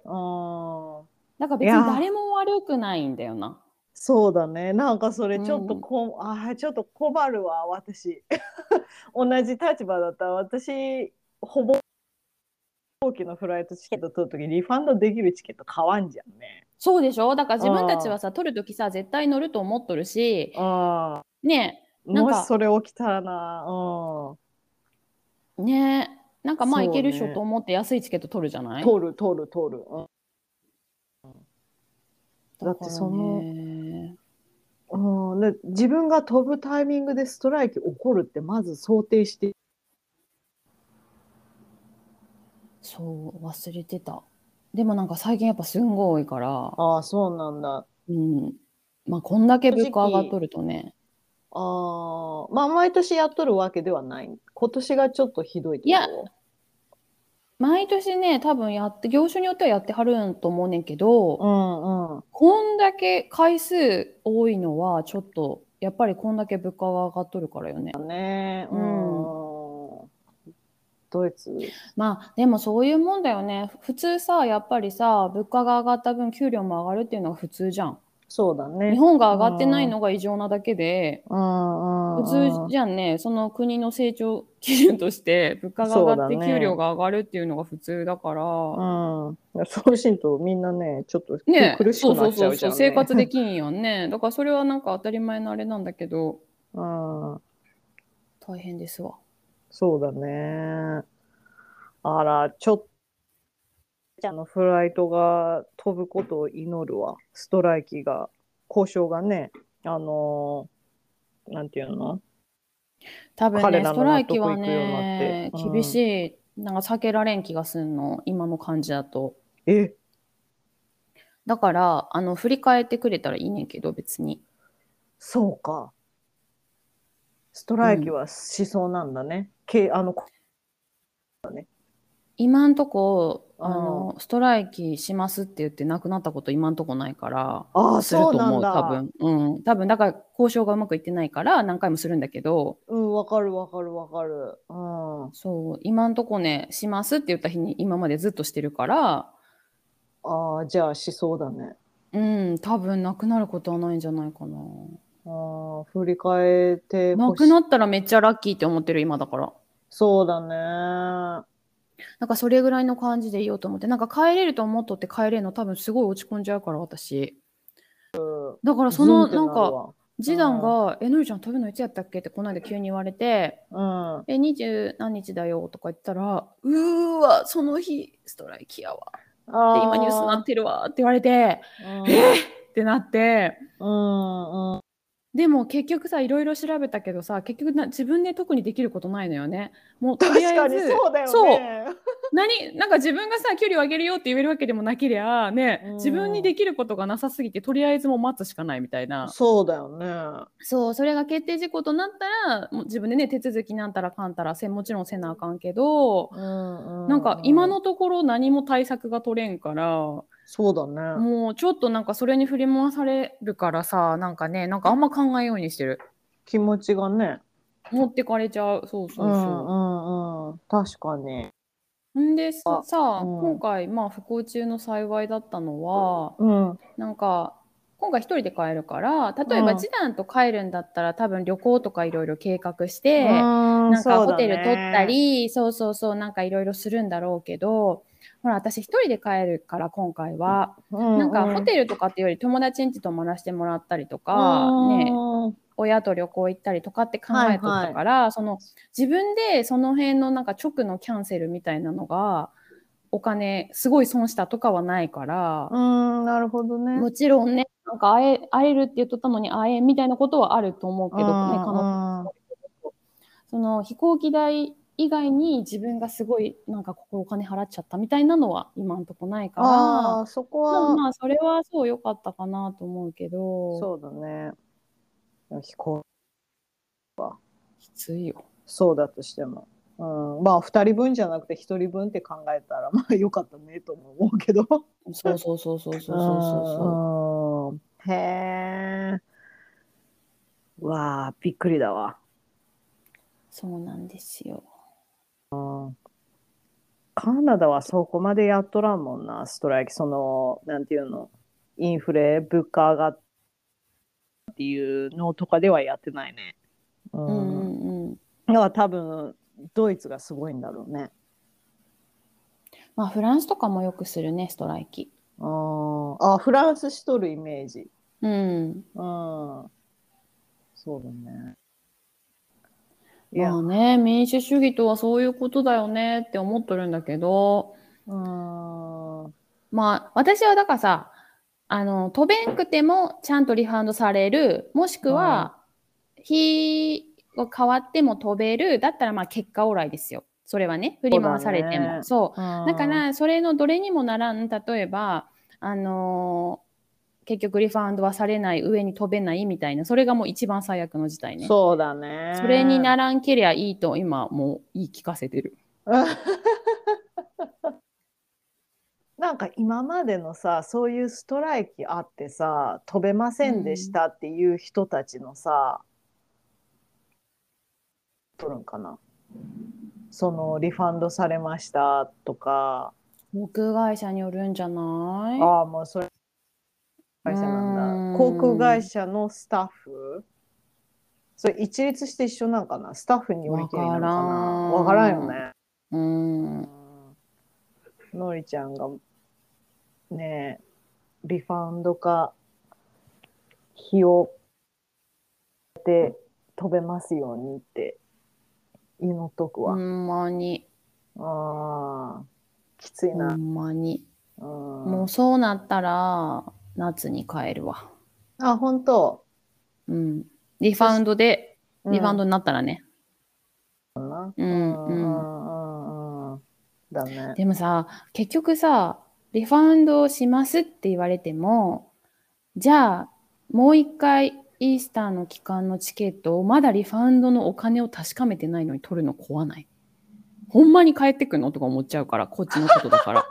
う
うん
だから
い
別
や
に
ー
誰も悪くないんだよな
そうだね。なんかそれちょっとこ、うあーちょっと困るわ私。 同じ立場だったら私ほぼ飛行機のフライトチケット取るときリファンドできるチケット買わんじゃんね。
そうでしょだから自分たちはさ取る時さ絶対乗ると思っとるし
あ
ねなん
も
か
しそれ起きたらな。うん。
えねえなんかまあ
そう
い
ね
けるっしょと思って安いチケット取るじゃない
取る取る取る。うんだ
だ
っ
か
て
ら
その、
ね
うん、で自分が飛ぶタイミングでストライキ起こるってまず想定して
そう忘れてたでもなんか最近やっぱすんごい多いから
ああそうなんだ
うんまあこんだけ物価上がっとるとね
ああ、まあ毎年やっとるわけではない。今年がちょっとひどいってこと
いや毎年ね多分やって業種によってはやってはるんと思うねんけど、
うんうん。
こんだけ回数多いのはちょっとやっぱりこんだけ物価が上がっとるからよね。
ねえ、う。
うん
ドイツ。
まあでもそういうもんだよね。普通さやっぱりさ物価が上がった分給料も上がるっていうのが普通じゃん。
そうだね。
日本が上がってないのが異常なだけで。
うんうん。
普通じゃんね、その国の成長 基準として物価が上がって
そうだね
給料が上がるっていうのが普通だから、
うん。そうしんとみんなね、ちょっと
ね
苦し
そ
く
うそ
な
う
っちゃ
そうう
じ
そ
ゃん、
う
ね。
生活できんやんねだからそれはなんか当たり前のあれなんだけど
うん。
大変ですわ
そうだね。あら、ちょっと。あのフライトが飛ぶことを祈るわ。ストライキが、交渉がね、あのーなんていうの
多分
彼
ね、
ら
ス
の
ト
納
ラ
得いく
イキ
よう
は
になって
ね、
うん
厳しい、なんか避けられん気がすんの、今の感じだと。
え、
だから、あの、振り返ってくれたらいいねんけど、別に。
そうか。ストライキはしそうなんだね。けあのこ
今んとこ、
うん
あの、ストライキしますって言ってなくなったこと今んとこないから、
ああ
すると
そうな
思
ん
う、
だ
多分。うん。多分、だから交渉がうまくいってないから何回もするんだけど、
うん、わかるわかるわかる。うん。あ
そう、今んとこね、しますって言った日に今までずっとしてるから、
あ、じゃあしそうだね。
うん、多分なくなることはないんじゃないかな。
ああ、振り返って
な
ほし
くなったらめっちゃラッキーって思ってる、今だから。
そうだね。
なんかそれぐらいの感じでいようと思って、なんか帰れると思っとって帰れるの多分すごい落ち込んじゃうから私。だからそ
ズン
の
って
なん
る
か
わ
次男が「えのりちゃん飛ぶのいつやったっけ?」ってこの間急に言われて
うん
「え二十何日だよ」とか言ったら「うーわその日ストライキやわ」
あ
って今ニュースなってるわって言われて
な
えってなって
うんうん
でも結局さいろいろ調べたけどさ結局な自分で特にできることないのよねもうとり
確
あ
か
え
に
ず
そうだよね
そう何なんか自分がさ距離を上げるよって言えるわけでもなけりゃね
うん
自分にできることがなさすぎてとりあえずもう待つしかないみたいな
そうだよね
そうそれが決定事項となったらもう自分でね手続きなんたらかんたらせんもちろんせなあかんけど、
うんう
なんか今のところ何も対策が取れんから、
そうだね
もうちょっとなんかそれに振り回されるからさなんかねなんかあんま考えようにしてる
気持ちがね
持ってかれちゃうそうそううんそう
うんうん確かに
んでささあ、
うん
今回まあ不幸中の幸いだったのは、
うん
なんか今回一人で帰るから例え
う
ば
ん
次男と帰るんだったら多分旅行とかいろいろ計画して、
な
なんかホテル取ったりそう,、そうそうなんかいろいろするんだろうけどほら私一人で帰るから今回は、なんかホテルとかっていうより友達ん家泊まらせてもらったりとか、ね、親と旅行行ったりとかって考えとったから、その自分でその辺のなんか直のキャンセルみたいなのがお金すごい損したとかはないから。
うんなるほどね
もちろんね、なんか会え会えるって言っとったのに会えんみたいなことはあると思うけど、ね、可能その飛行機代以外に自分がすごいなんかここお金払っちゃったみたいなのは今んとこないから、
ああーそこ
まあ
は
まあそれはそう良かったかなと思うけど、
そうだね飛行
きついよ。
そうだとしても、うん、まあ2人分じゃなくて1人分って考えたら まあよかったねとも思うけどそう
そうそうそうそうそうそう
そ
そう。
うそうへえわあびっくりだわ
そうなんですよ。
カナダはそこまでやっとらんもんなストライキそのなんていうのインフレ物価上がっていうのとかではやってないねう、
うんんうんうん。
だから多分ドイツがすごいんだろうね
まあフランスとかもよくするね、ストライキ。
ああフランスしとるイメージ
うん。
うんそうだねいや、
まあね、民主主義とはそういうことだよねって思っとるんだけど、
うん
まあ、私はだからさ、あの、飛べんくてもちゃんとリファンドされる、もしくは、日を変わっても飛べる、だったらまあ結果オーライですよ。それはね、振り回されても。そう,、だか、ら、それのどれにもならん、例えば、あのー結局リファンドはされない、上に飛べないみたいな、それがもう一番最悪の事態ね。
そうだね
それにな
る
らんけりゃいいと、今もう言い聞かせてる。
なんか今までのさそういうストライキあってさ飛べませんでしたっていう人たちのさ、取るんかなそのリファンドされましたとか
航空会社によるんじゃない
ああもうそれ会社なん
うーん
だ航空会社のスタッフそれ一律して一緒なんかなスタッフによりけりなのかなわ
わ
か
からら
ん
ん
よね
うん。
のりちゃんがねえリファンドか日をで飛べますようにって祈っとくわ、
ほんまに、
ああきつい
ほ
な、
んまに。
うん
もうそうなったら、夏に帰るわ。
あ本当
うん。リファウンドで、リファウ
ド
ンドになったらね。う、
うんんう
うん。
んうんだね。
でもさ、結局さ、リファウンドをしますって言われても、じゃあ、もう一回、イースターの期間のチケットをまだリファウンドのお金を確かめてないのに取るの怖ない。ほんまに帰ってくんのとか思っちゃうから、こっちのことだから。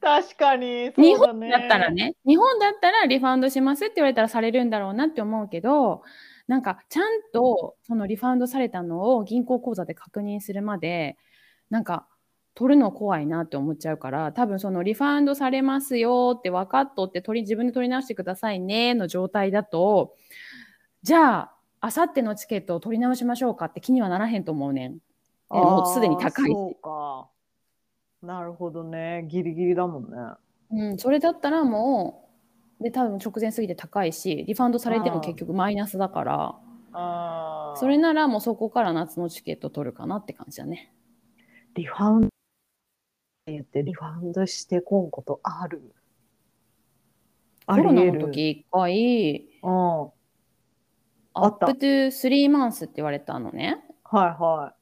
確かに、
日
そうだね
だったらね、日本だったらリファウンドしますって言われたらされるんだろうなって思うけど、なんかちゃんとそのリファウンドされたのを銀行口座で確認するまで、なんか取るの怖いなって思っちゃうから、多分そのリファウンドされますよって分かっとって取り、自分で取り直してくださいねの状態だと、じゃあ、あさってのチケットを取り直しましょうかって気にはならへんと思うねん。
あー
もうすでに高いし
そうか。なるほどね。ギリギリだもんね。
うん、それだったらもうで多分直前過ぎて高いしリファンドされても結局マイナスだから
あー
それならもうそこから夏のチケット取るかなって感じだね
リファウンドって言ってリファウンドしてこんことある
コ
あり
ロナ
え
の
る
時一回
うんはいあ
アッ
った
プトゥ3マンスって言われたのね
は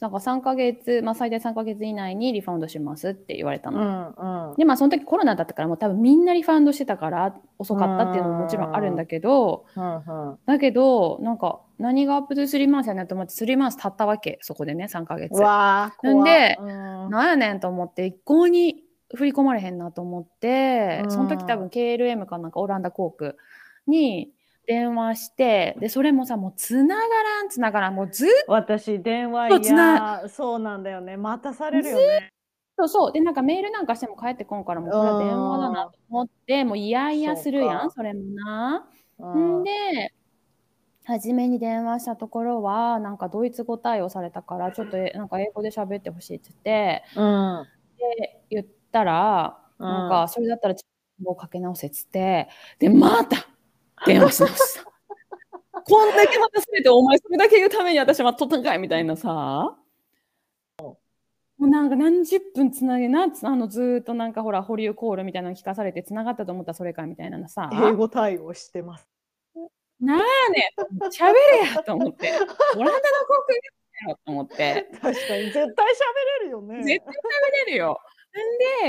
なんか3ヶ月、まあ、最大3ヶ月以内にリファウンドしますって言われた
い。う
の、
んうん。
でまあその時コロナだったからもう多分みんなリファウンドしてたから遅かったっていうのももちろんあるんだけど
うんうん
だけどなんか何がアップトゥ3マンスやねんと思って3マンス経ったわけそこでね3ヶ月
うわー
なんで
怖っうん
なんやねんと思って一向に振り込まれへんなと思って、
うん
その時多分 KLM かなんかオランダ航空に電話してでそれもさもうつながらんつながらんもうずっ
私電話
そ
いう
つな
やーそうなんだよね待たされるよね
とそうでなんかメールなんかしても返ってこんからもうこれは電話だなと思ってもうイヤイヤするや
そうんか
それもな。
うん
んで初めに電話したところはなんかドイツ語対応されたからちょっとえなんか英語で喋ってほしいって言って
うんうん
で言ったらなんか、それだったら、もうかけ直せっつって、で、また電話し直 した。こんだけ待たせて、お前それだけ言うために私待っとったんかいみたいなさ。もうなんか何十分つなげな、つあのずーっとなんかほら、保留コールみたいなの聞かされて、つながったと思ったらそれかみたいなさ。
英語対応してます。
喋れやと思って。オランダの航空やよと思って。
確かに絶対喋れるよね。
絶対食べれるよ。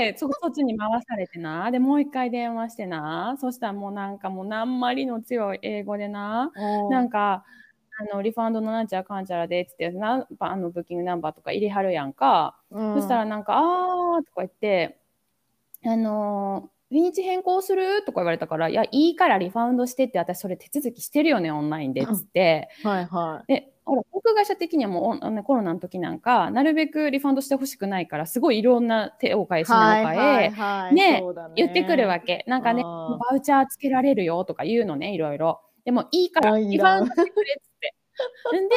んでそこそっちに回されてなでもう一回電話してなそしたらもうなんかもう何まりの強い英語でな
うん
なんかあのリファンドのなんちゃらかんちゃらでっつってなんあのブッキングナンバーとか入れはるやんか、
うん
そしたらなんか「あー」とか言って「あのー日にち変更する?」とか言われたから「いやいいからリファウンドして」って私それ手続きしてるよねオンラインでっつって。
はいはい。
でほら航空会社的にはもうおあのコロナの時なんかなるべくリファンドしてほしくないからすごいいろんな手を変え品を変え、
はい
ね
そうだね
言ってくるわけなんかね
あ
バウチャーつけられるよとか言うのねいろいろでもいいから
い
リフ
ら
ァウ
ん
ンドしてくれっつって んで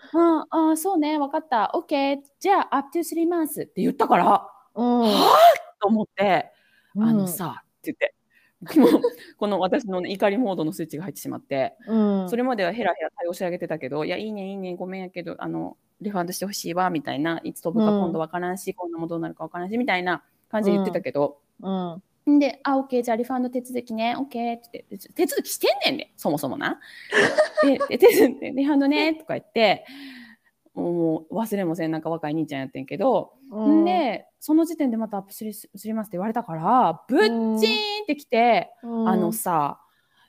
「ああそうね分かった OK じゃあ up to 3 months」って言ったから
うん
と思って「あの、さ」って 言ってもうこの私のね、怒りモードのスイッチが入ってしまって。
うん、
そ
れ
れまではヘラヘラ対応してあげてたけど、いや、いいね、いいね、ごめんやけど、あの、リファンドしてほしいわ、みたいな、いつ飛ぶか
うん
今度わからんし、こんなもんどうなるかわからんし、みたいな感じで言ってたけど、
うんうん
ん、で、あ、オッケー、じゃあリファンド手続きね、オッケーって言って、手続きしてんねんね、そもそ もな。で、で手続きリファンドね、とか言って、もう忘れもせん、なんか若い兄ちゃんやってんけど、ん、で、その時点でまたアップすりすりますって言われたから、ぶっちーんってきて、
うん、
あのさ、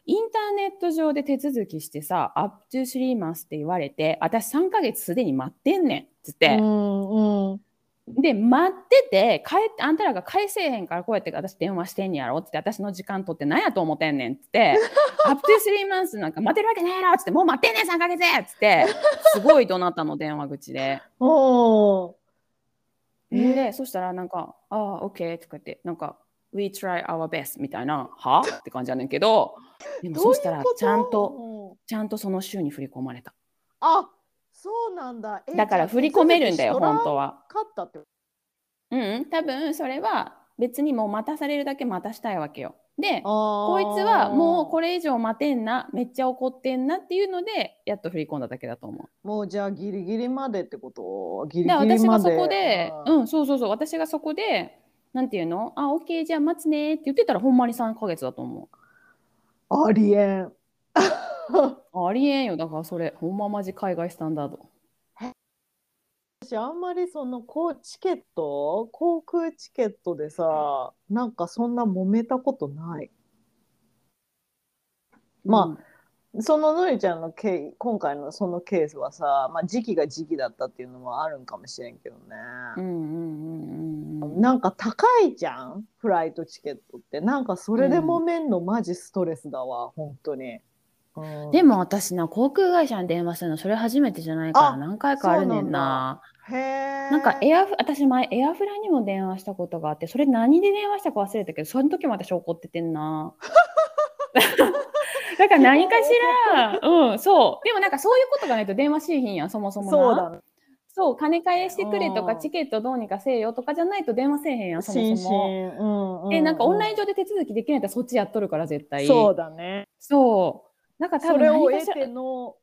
インターネット上で手続きしてさ、アップトゥスリーマンスって言われて、私3ヶ月すでに待ってんねんっつっ
う
て、
んうん
で、待ってて、帰って、あんたらが返せえへんからこうやって私電話してんねやろっつって、私の時間取ってなんやと思ってんねんっ つって、アップトゥスリーマンスなんか待てるわけないやろっつって、もう待ってんねん3ヶ月っつって、すごいどなたの電話口で。
おー え
で、そしたらなんか、ああ、OK とか言って、なんか、We try our best みたいな、はって感じやねんけど、でも
どう
そ
い
したら
うこと
ちゃんと、
うん
ちゃんとその週に振り込まれた。
あそうなんだ。え
だから振り込めるんだよ、本当
は。
は。
勝ったってこ
うんうん、多分それは別にもう待たされるだけ待たしたいわけよ。で、こい
い
つはもうこれ以上待てんな、めっちゃ怒ってんなっていうので、やっと振り込んだだけだと思う。
もうじゃあギリギリまでってことギリギ
で、
リまで。
私がそこで、
うん
うん、そうそうそう、私がそこで、なんていうのあ、オッケー、じゃあ待つねって言ってたら、ほんまに3ヶ月だと思
ありえん。
う。ありえんよ、だからそれ、ほんまマジ海外スタンダード。
私あんまりそのこうチケット航空チケットでさなんかそんな揉めたことないまあ
うん
そののりちゃんのケー今回のそのケースはさ、まあ、時期が時期だったっていうのもあるんかもしれんけどね、
うんうんうんうんうん。
なんか高いじゃんフライトチケットってなんかそれで揉めんのマジストレスだわ、本当に、うん
でも私な航空会社に電話するのそれ初めてじゃないか
あ
ら何回かあるねんな
へえ
なんかエアフ私前エアフラにも電話したことがあってそれ何で電話したか忘れたけどその時も私怒ってて んなだか ら何かしらうんそうでもなんかそういうことがないと電話しいひんやんそもそもな
そうだね
そう金返してくれと
う
か
ん
チケットどうにかせえよとかじゃないと電話せえへんやんそも
心
そも。
身。うんうん
でなんかオンライ
ン
ン上で手続きできないとそっちやっとるから絶対。
そうだね。
そうなんか
そ
多分
れを
何か
得
しら
ての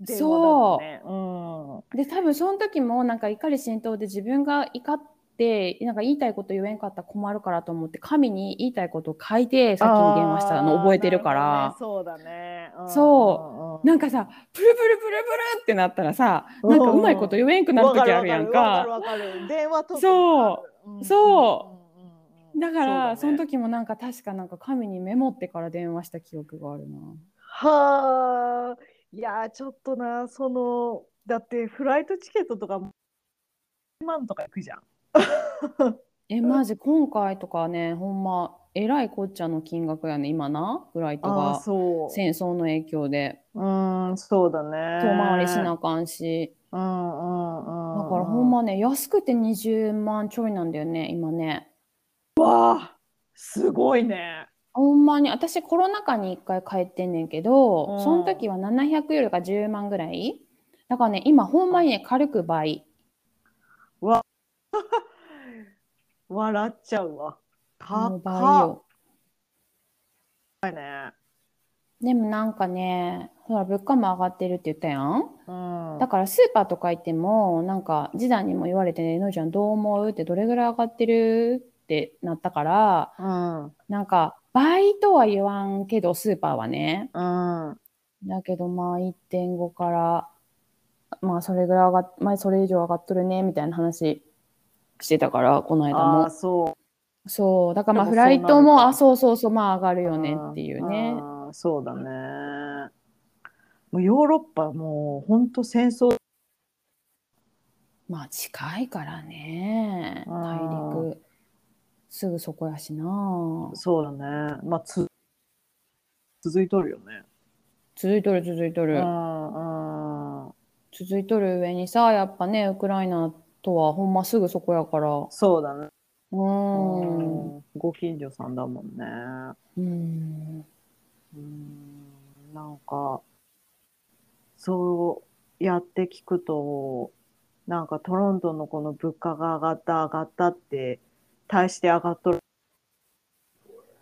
電話だもんね。うん。
で多分その時もなんか怒り浸透で自分が怒ってなんか言いたいこと言えんかったら困るからと思って紙に言いたいことを書いて先に電話したの
あー
覚えてるから
なほどねそうだね。うん
そ
うん
なんかさプルプルプルプルってなったらさなんかうまいこと言えんくなる
わか
時
る
あ
わ
る
か
やん
る
か
わかるわかる。電話と。
そうそ
うんうんうんうん
だからそ,、
う
の
だね
時もなんか確かなんか紙にメモってから電話した記憶があるな
はあ。いやーちょっとなそのだってフライトチケットとかも1万とか行くじゃん。
えマジ今回とかねほんまえらいこっちゃの金額やね今なフライト
ああ
が
そう。
戦争の影響で
うんそうだね。
遠回りしなあかんし。
うんうんうんう
だ
ん。
からほんまね、安くて20万ちょいなんだよね、今ね。
すごいね。
ほんまに、私コロナ禍に1回帰ってんねんけど、
うん
その時は700よりか10万ぐらい。だからね、今ほんまにね、軽く倍。
笑っちゃうわ。
もう倍
高っ
よ。でもなんかね、ほら、物価も上がってるって言ったやん。
うん
だからスーパーとか行っても、なんか、次男にも言われてね、のりちゃんどう思うってどれぐらい上がってるってなったから、
うん
なんか、倍とは言わんけど、スーパーはね。
うん
だけどまあ1.5からまあそれぐらい上がっ、まあ、それ以上上がっとるねみたいな話してたからこの間
ああ
も
そ
そうだからま
でも
あフライ
そ
ト
うなる
も
か
あそうそうそうまあ上がる
う
よねっていうね
あーそうだねもうヨーロッパもう本当戦争
まあ近いからね
うん
大陸すぐそこやしな
そうだねまあつ続いとるよね
続いとる続いと
うん
る
うん
続いとる上にさやっぱねウクライナとはほんますぐそこやから
そうだね
う
う
ーん
んご近所さんだもんね
うん
うんなんかそうやって聞くとなんかトロントのこの物価が上がった上がったって大して上がっとる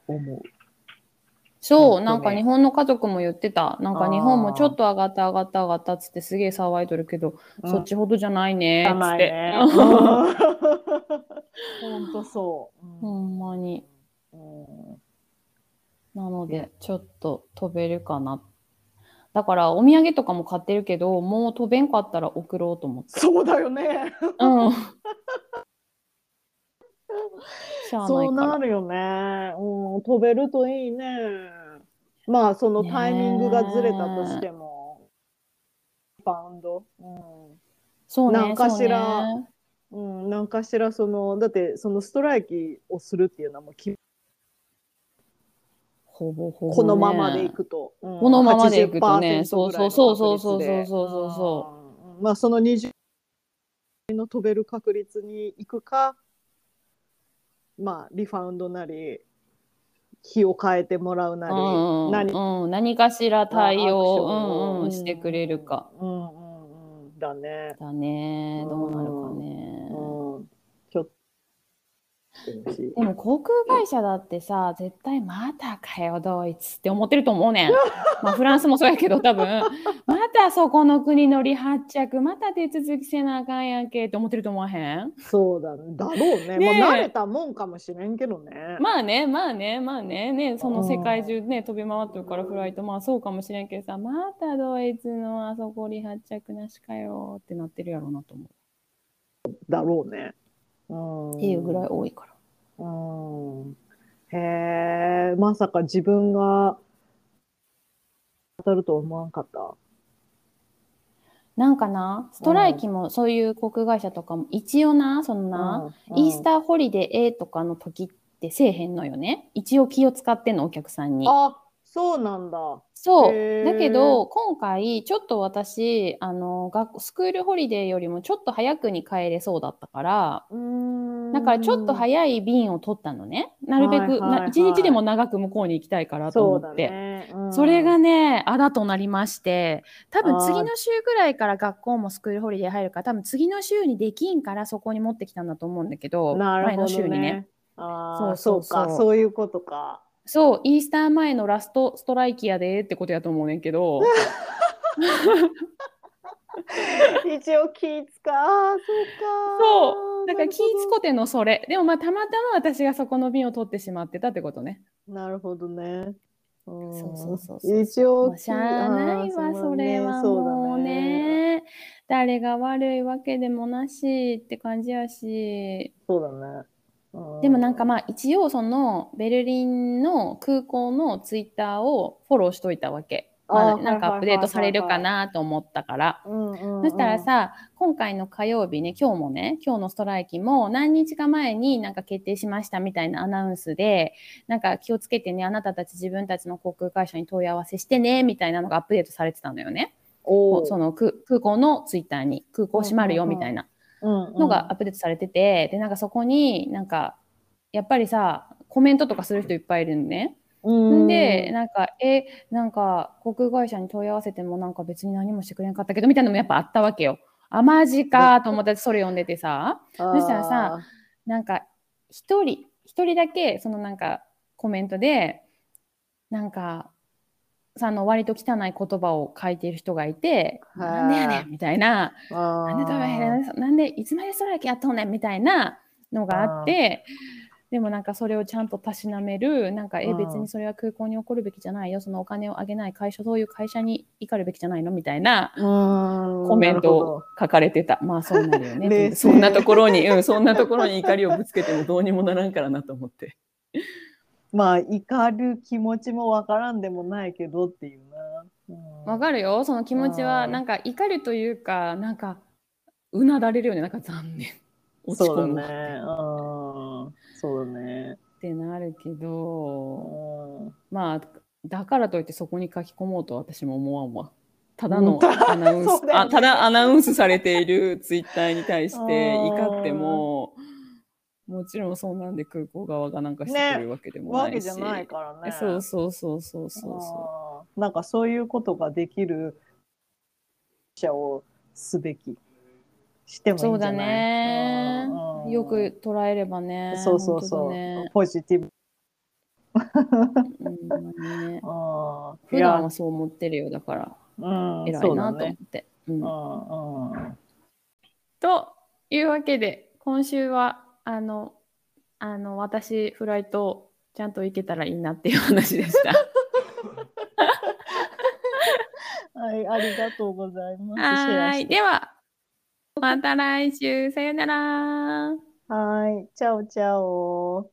思う
そ
本当
う、
ね
なんか日本の家族も言ってた。なんか日本もちょっと上がった上がった上がったっつってすげえ騒いどるけど、そっちほどじゃないねっつ
甘
っ
い
て。
ね。本当そう。
ほんまに。
うん
なので、ちょっと飛べるかな。だからお土産とかも買ってるけど、もう飛べんかったら送ろうと思って。
そうだよね。
うん。しゃあな
そ
いうか
な
ら。
るよね。うん、飛べるといいね。まあそのタイミングがずれたとしても、バウンド。
そうね。
なんかしら
そうね
うん、うん、なんかしらそのだってそのストライキをするっていうのはもう決め
ほぼほぼ、ね。
このままでいくと、うん
このままでいくとね
80%ぐらいの
そうそうそうそ
確
う
率で
そうそうそうそ
うんまあその20の飛べる確率にいくかまあリファウンドなり日を変えてもらうなり、
うんうん
何
うん、何かしら対
ア
応、
クションを
うんうん、してくれるか。
うんうんうんだね、
だね
うん
どうなるかね
うん、ち、ょっと
でも航空会社だってさ絶対またかよドイツって思ってると思う ねんまあフランスもそうやけど多分またそこの国の離発着また手続きせなあかんやんけって思ってると思わへん
そうだねだろうね
ねえ
まあ慣れたもんかもしれんけどね、
まあねまあねまあねねその世界中ね飛び回ってるからフライトまあそうかもしれんけどさまたドイツのあそこ離発着なしかよってなってるやろうなと思う、
だろうね、うん、っ
っていうぐらい多いから。
うんへえ、まさか自分が当たると思わんかった。
なんかな、ストライキもそういう航空会社とかも、一応な、そんな、イース
ー
ターホリデーとかの時ってせえへんのよね。一応気を使ってんの、お客さんに。
あ、そうなんだ。
そう
へ。ー
だけど、今回、ちょっと私、あの、学スクールホリデーよりもちょっと早くに帰れそうだったから、
うーん
なんからちょっと早い便を取ったのね。なるべ
はい
く、
はいはい
な一日でも長く向こうに行きたいからと
そう
思
だ
って。
ね。
それが
ね、
ね、あだとなりまして、多分
あー
次の週ぐらいから学校もスクールホリデー入るから、多分次の週にできんからそこに持ってきたんだと思うんだけど、
なる
前
ほ
の週
ど
にね。
ね。ああ、
そ
そうう
そうそう
か、そういうこと か。
そう、イースター前のラストストライキやでってことやと思うねんけど、
一応気ぃ使う。ああ、
そ
そうか。
だから気ぃつこてのそれ。でもまあたまたま私がそこの便を取ってしまってたってことね。
なるほどね。うん
そうそうそうそう
一応
もうしゃあないわ、それはもう。ね。誰が悪いわけでもなしって感じやし。
そうだねそうだね。う
でもなんかまあ一応そのベルリンの空港のツイッターをフォローしといたわけ。まあ
あー
なんかアップデートされるかなと思ったから。
うんうんうん
そしたらさ、今回の火曜日ね、今日もね、今日のストライキも何日か前になんか決定しましたみたいなアナウンスで、なんか気をつけてね、あなたたち自分たちの航空会社に問い合わせしてね、みたいなのがアップデートされてたのよね。
おう
その空空港のツイッターに、空港閉まるよみたいなの
の
がアップデートされてて、で、なんかそこになんか、やっぱりさ、コメントとかする人いっぱいいるんね。
うん
で、なんか、え、なんか、航空会社に問い合わせても、なんか別に何もしてくれなかったけど、みたいなのもやっぱあったわけよ。あ、マジかと思ってそれ読んでてさ、
そ
したらさ、なんか、一人、一人だけ、そのなんか、コメントで、なんか、その割と汚い言葉を書いている人がいて、
へー
なんでやねんみたいな、
な
なんで食べへんねんなんでいつまでストライキやっとんねんみたいなのがあってでもなんかそれをちゃんとたしなめるなんかえ
うん
別にそれは空港に起こるべきじゃないよそのお金をあげない会社そういう会社に怒るべきじゃないのみたいなコ
コ
メントを書かれて たまあそうなるよ
冷
ね
静
そんなところに、 うん、そんなところに怒りをぶつけてもどうにもならんからなと思って
まあ怒る気持ちもわからんでもないけどっていうな。
わか
る。
るよその気持ちは
うん
なんか怒るというかなんかうなだれるよねなんか残念落ち
そ
込
う
む
だ
わ
ね。うんそうだね。
ってなるけ
う
ど
ん
まあだからといってそこに書き込もうとは私も思わんわ。ただの
うんただ
アナウンス、
そうだよね
あただアナウンスされているツイッターに対し
あ
て
ー
怒ってももちろんそんなんで空港側がなんかしてくれるわけでもな
わけ
い
じ
し、
ゃないからね。
そうそうそうそうそうそ
あーなんかそういうことができる社をすべきしてもいいんじゃ
そうだ
ない
ね
うん
うよく捉えればね
そうそうそう、
本当だね
ポジティブ
うんほんまにね
あー
普段はそう思ってるよだから
うん
偉
そ
いう
だ
なと思っ
ね
て。うん
うんうん
というわけで今週はあのあの私フライトちゃんと行けたらいいなっていう話でした
はいありがとうございますシェ
は
ア
ーい
して
ではまた来週さよなら
はいチャオチャオ